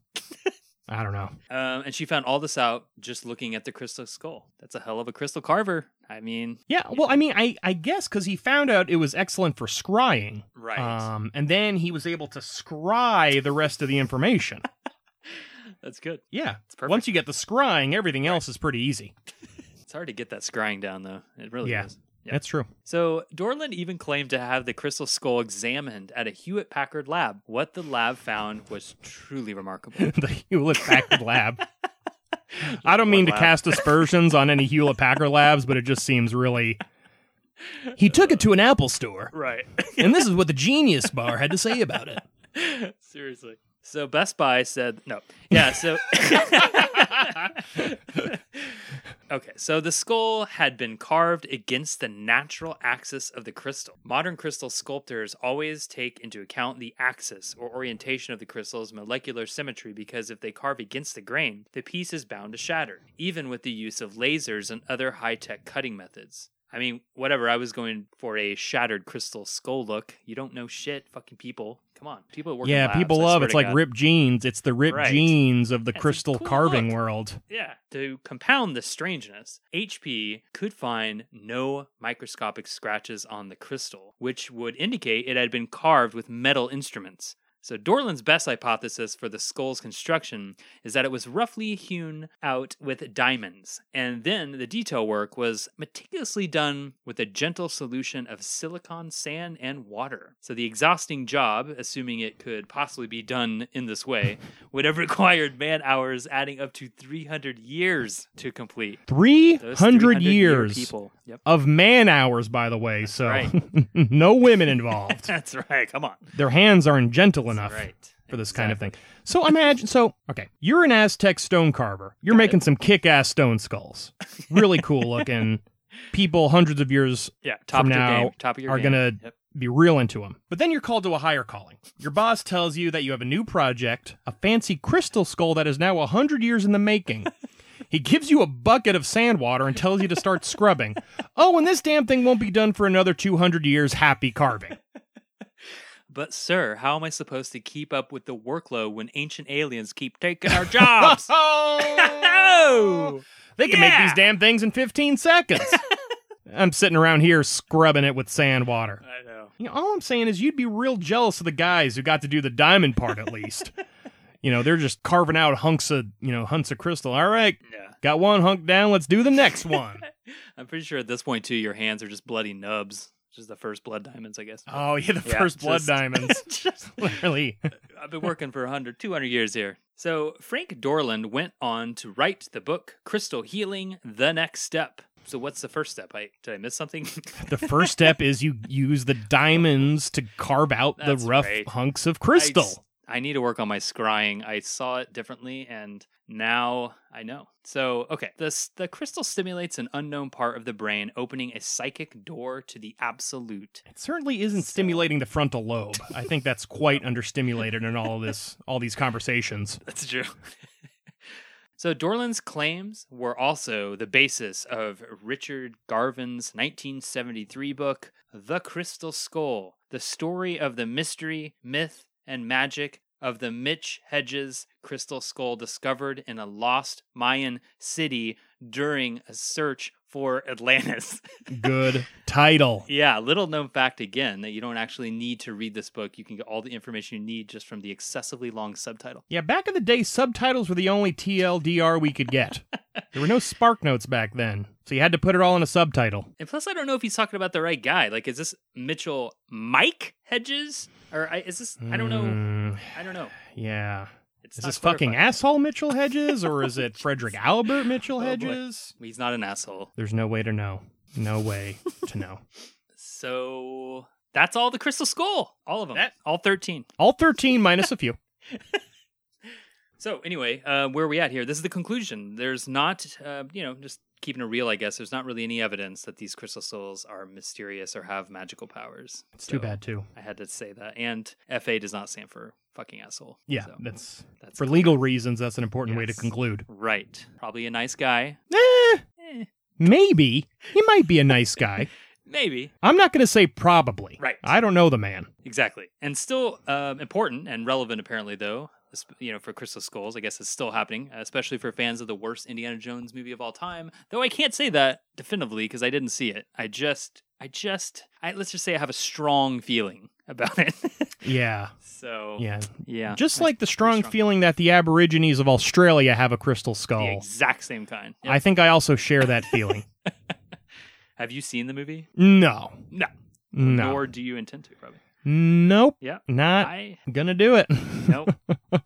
Speaker 1: I don't know.
Speaker 2: Um, and she found all this out just looking at the crystal skull. That's a hell of a crystal carver. I mean,
Speaker 1: Yeah, well, I mean, I I guess because he found out it was excellent for scrying,
Speaker 2: right.
Speaker 1: um, and then he was able to scry the rest of the information.
Speaker 2: That's good.
Speaker 1: Yeah,
Speaker 2: It's perfect.
Speaker 1: once you get the scrying, everything else is pretty easy.
Speaker 2: It's hard to get that scrying down, though. It really
Speaker 1: Yeah.
Speaker 2: is. Yeah.
Speaker 1: That's true.
Speaker 2: So Dorland even claimed to have the crystal skull examined at a Hewlett Packard lab. What the lab found was truly remarkable.
Speaker 1: the Hewlett Packard lab. I don't mean
Speaker 2: One
Speaker 1: to
Speaker 2: lab.
Speaker 1: cast aspersions on any Hewlett Packard labs, but it just seems really. He took it to an Apple store,
Speaker 2: Right.
Speaker 1: and this is what the Genius Bar had to say about it.
Speaker 2: Seriously. So Best Buy said no. Yeah, so Okay, so the skull had been carved against the natural axis of the crystal. Modern crystal sculptors always take into account the axis or orientation of the crystal's molecular symmetry because if they carve against the grain, the piece is bound to shatter, even with the use of lasers and other high-tech cutting methods. I mean, whatever, I was going for a shattered crystal skull look. You don't know shit, fucking people. Come on. People work in
Speaker 1: yeah,
Speaker 2: labs,
Speaker 1: people
Speaker 2: I
Speaker 1: love
Speaker 2: swear
Speaker 1: it's
Speaker 2: to
Speaker 1: like
Speaker 2: God.
Speaker 1: ripped jeans. It's the ripped
Speaker 2: Right.
Speaker 1: jeans of the
Speaker 2: That's a
Speaker 1: crystal
Speaker 2: cool
Speaker 1: carving
Speaker 2: look.
Speaker 1: world.
Speaker 2: Yeah. To compound the strangeness, HP could find no microscopic scratches on the crystal, which would indicate it had been carved with metal instruments. So Dorland's best hypothesis for the skull's construction is that it was roughly hewn out with diamonds, and then the detail work was meticulously done with a gentle solution of silicon, sand, and water. So the exhausting job, assuming it could possibly be done in this way, would have required man hours adding up to 300 years to complete.
Speaker 1: Three
Speaker 2: Those
Speaker 1: hundred
Speaker 2: 300 year
Speaker 1: years
Speaker 2: people. Yep.
Speaker 1: of man hours, by the way. so no women involved.
Speaker 2: That's right. Come on.
Speaker 1: Their hands aren't gentle enough.
Speaker 2: Right.
Speaker 1: for this kind of thing. So imagine, so okay, you're an Aztec stone carver. You're making some kick-ass stone skulls, really cool looking. People hundreds of years
Speaker 2: Yeah. Top
Speaker 1: From
Speaker 2: of your
Speaker 1: now
Speaker 2: game. Top of your
Speaker 1: are
Speaker 2: game.
Speaker 1: gonna
Speaker 2: Yep.
Speaker 1: be real into them. But then you're called to a higher calling. Your boss tells you that you have a new project, a fancy crystal skull that is now a hundred years in the making. He gives you a bucket of sand water and tells you to start scrubbing. Oh, and this damn thing won't be done for another 200 years. Happy carving.
Speaker 2: But, sir, how am I supposed to keep up with the workload when ancient aliens keep taking our jobs?
Speaker 1: Oh! They can make
Speaker 2: Yeah.
Speaker 1: these damn things in 15 seconds. I'm sitting around here scrubbing it with sand water.
Speaker 2: I know.
Speaker 1: You know, all I'm saying is you'd be real jealous of the guys who got to do the diamond part at least. you know, they're just carving out hunks of, you know, hunks of crystal. All right,
Speaker 2: Yeah.
Speaker 1: got one hunk down. Let's do the next one.
Speaker 2: I'm pretty sure at this point, too, your hands are just bloody nubs, which is the first blood diamonds, I guess.
Speaker 1: oh, yeah, the
Speaker 2: Yeah,
Speaker 1: first blood
Speaker 2: just-
Speaker 1: diamonds.
Speaker 2: Just-
Speaker 1: Literally.
Speaker 2: I've been working for 100, 200 years here. So, Frank Dorland went on to write the book Crystal Healing The Next Step. So, what's the first step? I, did I miss something?
Speaker 1: The first step is you use the diamonds to carve out
Speaker 2: That's
Speaker 1: the rough
Speaker 2: right.
Speaker 1: hunks of
Speaker 2: I
Speaker 1: crystal.
Speaker 2: s- I, need to work on my scrying. I saw it differently, and now I know. So, okay, this the crystal stimulates an unknown part of the brain, opening a psychic door to the absolute.
Speaker 1: It certainly isn't stimulating the frontal lobe. I think that's quite understimulated in all of this, all these conversations.
Speaker 2: That's true. so, Dorland's claims were also the basis of Richard Garvin's 1973 book, The Crystal Skull: The Story of the Mystery, Myth, and Magic of the Mitch Hedges Crystal Skull discovered in a lost Mayan city during a search for Atlantis.
Speaker 1: Good title.
Speaker 2: Yeah, little known fact again that you don't actually need to read this book. You can get all the information you need just from the excessively long subtitle.
Speaker 1: Yeah, back in the day, subtitles were the only TLDR we could get. There were no spark notes back then, so you had to put it all in a subtitle.
Speaker 2: And plus, I don't know if he's talking about the right guy. Like, is this Mitchell Mike Hedges? Or I, is this, I don't know.
Speaker 1: Mm,
Speaker 2: I don't know.
Speaker 1: yeah.
Speaker 2: It's
Speaker 1: Is
Speaker 2: not
Speaker 1: this fucking
Speaker 2: clarified.
Speaker 1: asshole Mitchell Hedges, or is it Frederick Albert Mitchell
Speaker 2: Oh, boy.
Speaker 1: Hedges?
Speaker 2: He's not an asshole.
Speaker 1: There's no way to know. No way to know.
Speaker 2: So that's all the Crystal Skull. All of them.
Speaker 1: That-
Speaker 2: all 13.
Speaker 1: All 13 minus a few.
Speaker 2: So, anyway, uh, where are we at here? This is the conclusion. There's not, uh, you know, just keeping it real, I guess, there's not really any evidence that these Crystal Souls are mysterious or have magical powers.
Speaker 1: It's too bad, too.
Speaker 2: I had to say that. And FA does not stand for fucking asshole.
Speaker 1: Yeah,
Speaker 2: So
Speaker 1: that's
Speaker 2: that's
Speaker 1: for legal reasons. That's an important way to
Speaker 2: Yes.
Speaker 1: conclude.
Speaker 2: Right. Probably a nice guy.
Speaker 1: Eh,
Speaker 2: Eh,
Speaker 1: maybe he might be a nice guy.
Speaker 2: maybe.
Speaker 1: I'm not going to say probably.
Speaker 2: Right.
Speaker 1: I don't know the man.
Speaker 2: Exactly. And still um, important and relevant, apparently, though, es- you know, for Crystal Skulls. I guess it's still happening, especially for fans of the worst Indiana Jones movie of all time. Though I can't say that definitively because I didn't see it. I just, I just, I, let's just say I have a strong feeling about it.
Speaker 1: Yeah,
Speaker 2: so, yeah.
Speaker 1: yeah.
Speaker 2: yeah.
Speaker 1: Just
Speaker 2: Uh, That's
Speaker 1: like the strong,
Speaker 2: strong.
Speaker 1: feeling that the Aborigines of Australia have a crystal
Speaker 2: the
Speaker 1: skull.
Speaker 2: exact same kind. Yep.
Speaker 1: I think I also share that feeling.
Speaker 2: Have you seen the movie?
Speaker 1: No.
Speaker 2: No.
Speaker 1: No. Uh,
Speaker 2: Nor do you intend to, probably.
Speaker 1: nope.
Speaker 2: Yeah.
Speaker 1: Not
Speaker 2: I
Speaker 1: gonna do it.
Speaker 2: nope.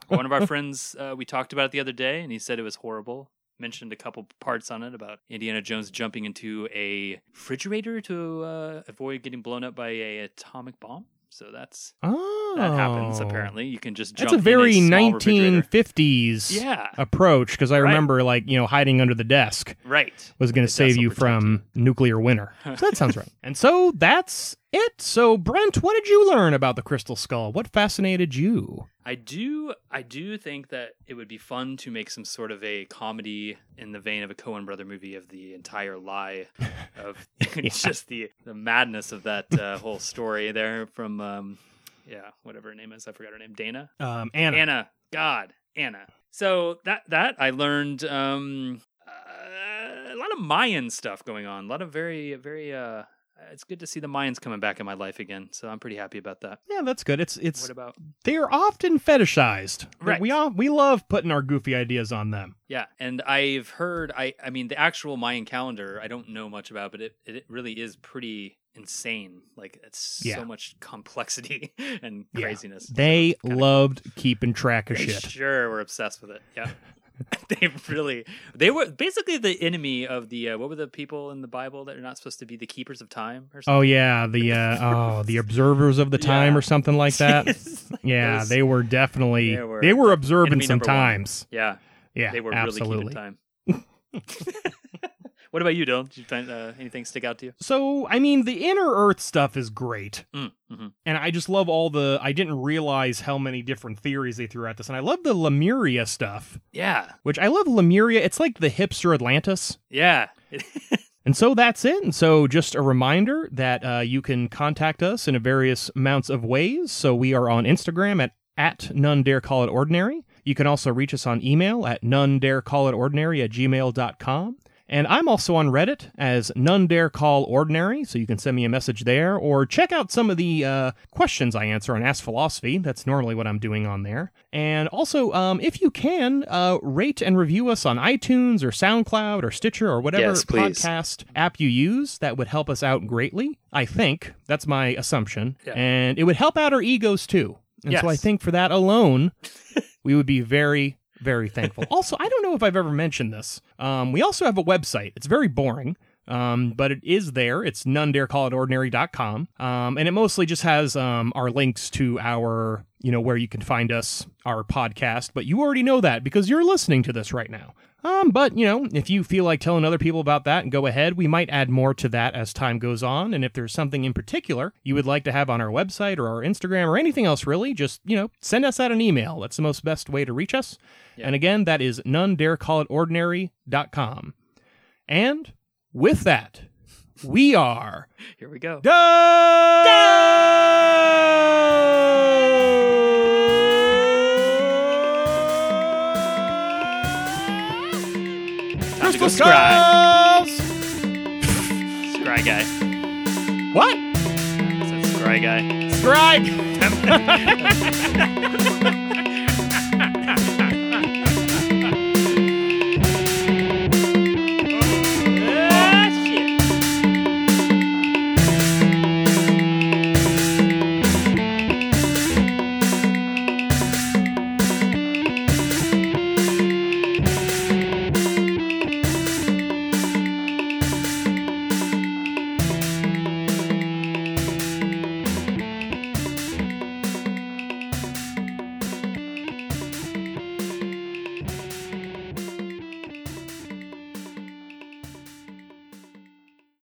Speaker 2: One of our friends uh, we talked about it the other day, and he said it was horrible. Mentioned a couple parts on it about Indiana Jones jumping into a refrigerator to uh, avoid getting blown up by a atomic bomb. So that's
Speaker 1: oh.
Speaker 2: that happens apparently. You can just jump
Speaker 1: That's a
Speaker 2: in
Speaker 1: very
Speaker 2: small refrigerator.
Speaker 1: 1950s
Speaker 2: yeah
Speaker 1: approach because I
Speaker 2: Right.
Speaker 1: remember, like, you know, hiding under the desk
Speaker 2: right.
Speaker 1: was going
Speaker 2: It
Speaker 1: to save
Speaker 2: does
Speaker 1: you
Speaker 2: overtake
Speaker 1: from nuclear winter. So that sounds right. And so that's it. So, Brent, what did you learn about the crystal skull? What fascinated you?
Speaker 2: I do I do think that it would be fun to make some sort of a comedy in the vein of a Coen brother movie of the entire lie of just the the madness of that uh, whole story there from um yeah, whatever her name is. I forgot her name. Dana.
Speaker 1: Um, Anna.
Speaker 2: Anna. God, Anna. So that that I learned um uh, a lot of Mayan stuff going on. A lot of very very uh it's good to see the Mayans coming back in my life again. So I'm pretty happy about that.
Speaker 1: Yeah, that's good. It's
Speaker 2: What
Speaker 1: it's
Speaker 2: about
Speaker 1: they are often fetishized.
Speaker 2: Right.
Speaker 1: We all we love putting our goofy ideas on them.
Speaker 2: Yeah, and I've heard I I mean the actual Mayan calendar I don't know much about, but it it really is pretty insane. Like it's
Speaker 1: Yeah.
Speaker 2: so much complexity and
Speaker 1: Yeah.
Speaker 2: craziness.
Speaker 1: They
Speaker 2: Kinda-
Speaker 1: loved keeping track of
Speaker 2: they
Speaker 1: shit.
Speaker 2: sure were obsessed with it. Yeah. they really they were basically the enemy of the uh, what were the people in the Bible that are not supposed to be the keepers of time or something?
Speaker 1: Oh yeah, the uh, oh the observers of the time
Speaker 2: Yeah.
Speaker 1: or something like that.
Speaker 2: It's like
Speaker 1: yeah,
Speaker 2: those-
Speaker 1: they were definitely
Speaker 2: They were
Speaker 1: observing
Speaker 2: enemy
Speaker 1: some
Speaker 2: number one.
Speaker 1: times.
Speaker 2: yeah,
Speaker 1: Yeah,
Speaker 2: they were
Speaker 1: absolutely.
Speaker 2: really keeping time. what about you, Dylan? Did you find uh, anything stick out to you?
Speaker 1: So I mean, the inner Earth stuff is great.
Speaker 2: Mm, mhm.
Speaker 1: and I just love all the. I didn't realize how many different theories they threw at this, and I love the Lemuria stuff,
Speaker 2: Yeah,
Speaker 1: which I love Lemuria. It's like the hipster Atlantis.
Speaker 2: yeah.
Speaker 1: And so that's it. And so just a reminder that uh, you can contact us in a various amounts of ways. So we are on Instagram at, at none dare call it ordinary. You can also reach us on email at none dare call it ordinary at gmail.com. And I'm also on Reddit as none dare call ordinary. So you can send me a message there or check out some of the uh, questions I answer on Ask Philosophy. That's normally what I'm doing on there. And also, um, if you can, uh, rate and review us on iTunes or SoundCloud or Stitcher or whatever
Speaker 2: Yes, please.
Speaker 1: podcast app you use that would help us out greatly. I think that's my assumption,
Speaker 2: Yeah.
Speaker 1: and it would help out our egos too. And
Speaker 2: Yes.
Speaker 1: so I think for that alone, we would be very, very thankful. also, I don't know if I've ever mentioned this. Um, we also have a website. It's very boring. Um, but it is there. It's none dare call it ordinary.com. Um, and it mostly just has um, our links to our, you know, where you can find us, our podcast. But you already know that because you're listening to this right now. Um, but you know, if you feel like telling other people about that and go ahead, we might add more to that as time goes on. And if there's something in particular you would like to have on our website or our Instagram or anything else really, just, you know, send us out an email. That's the most best way to reach us.
Speaker 2: Yeah.
Speaker 1: And again, that is none dare call it ordinary.com. And with that, we are
Speaker 2: Here we go. Time to go scry.
Speaker 1: Skulls!
Speaker 2: Scry guy.
Speaker 1: What?
Speaker 2: It says scry guy.
Speaker 1: Scribe!
Speaker 2: Oh,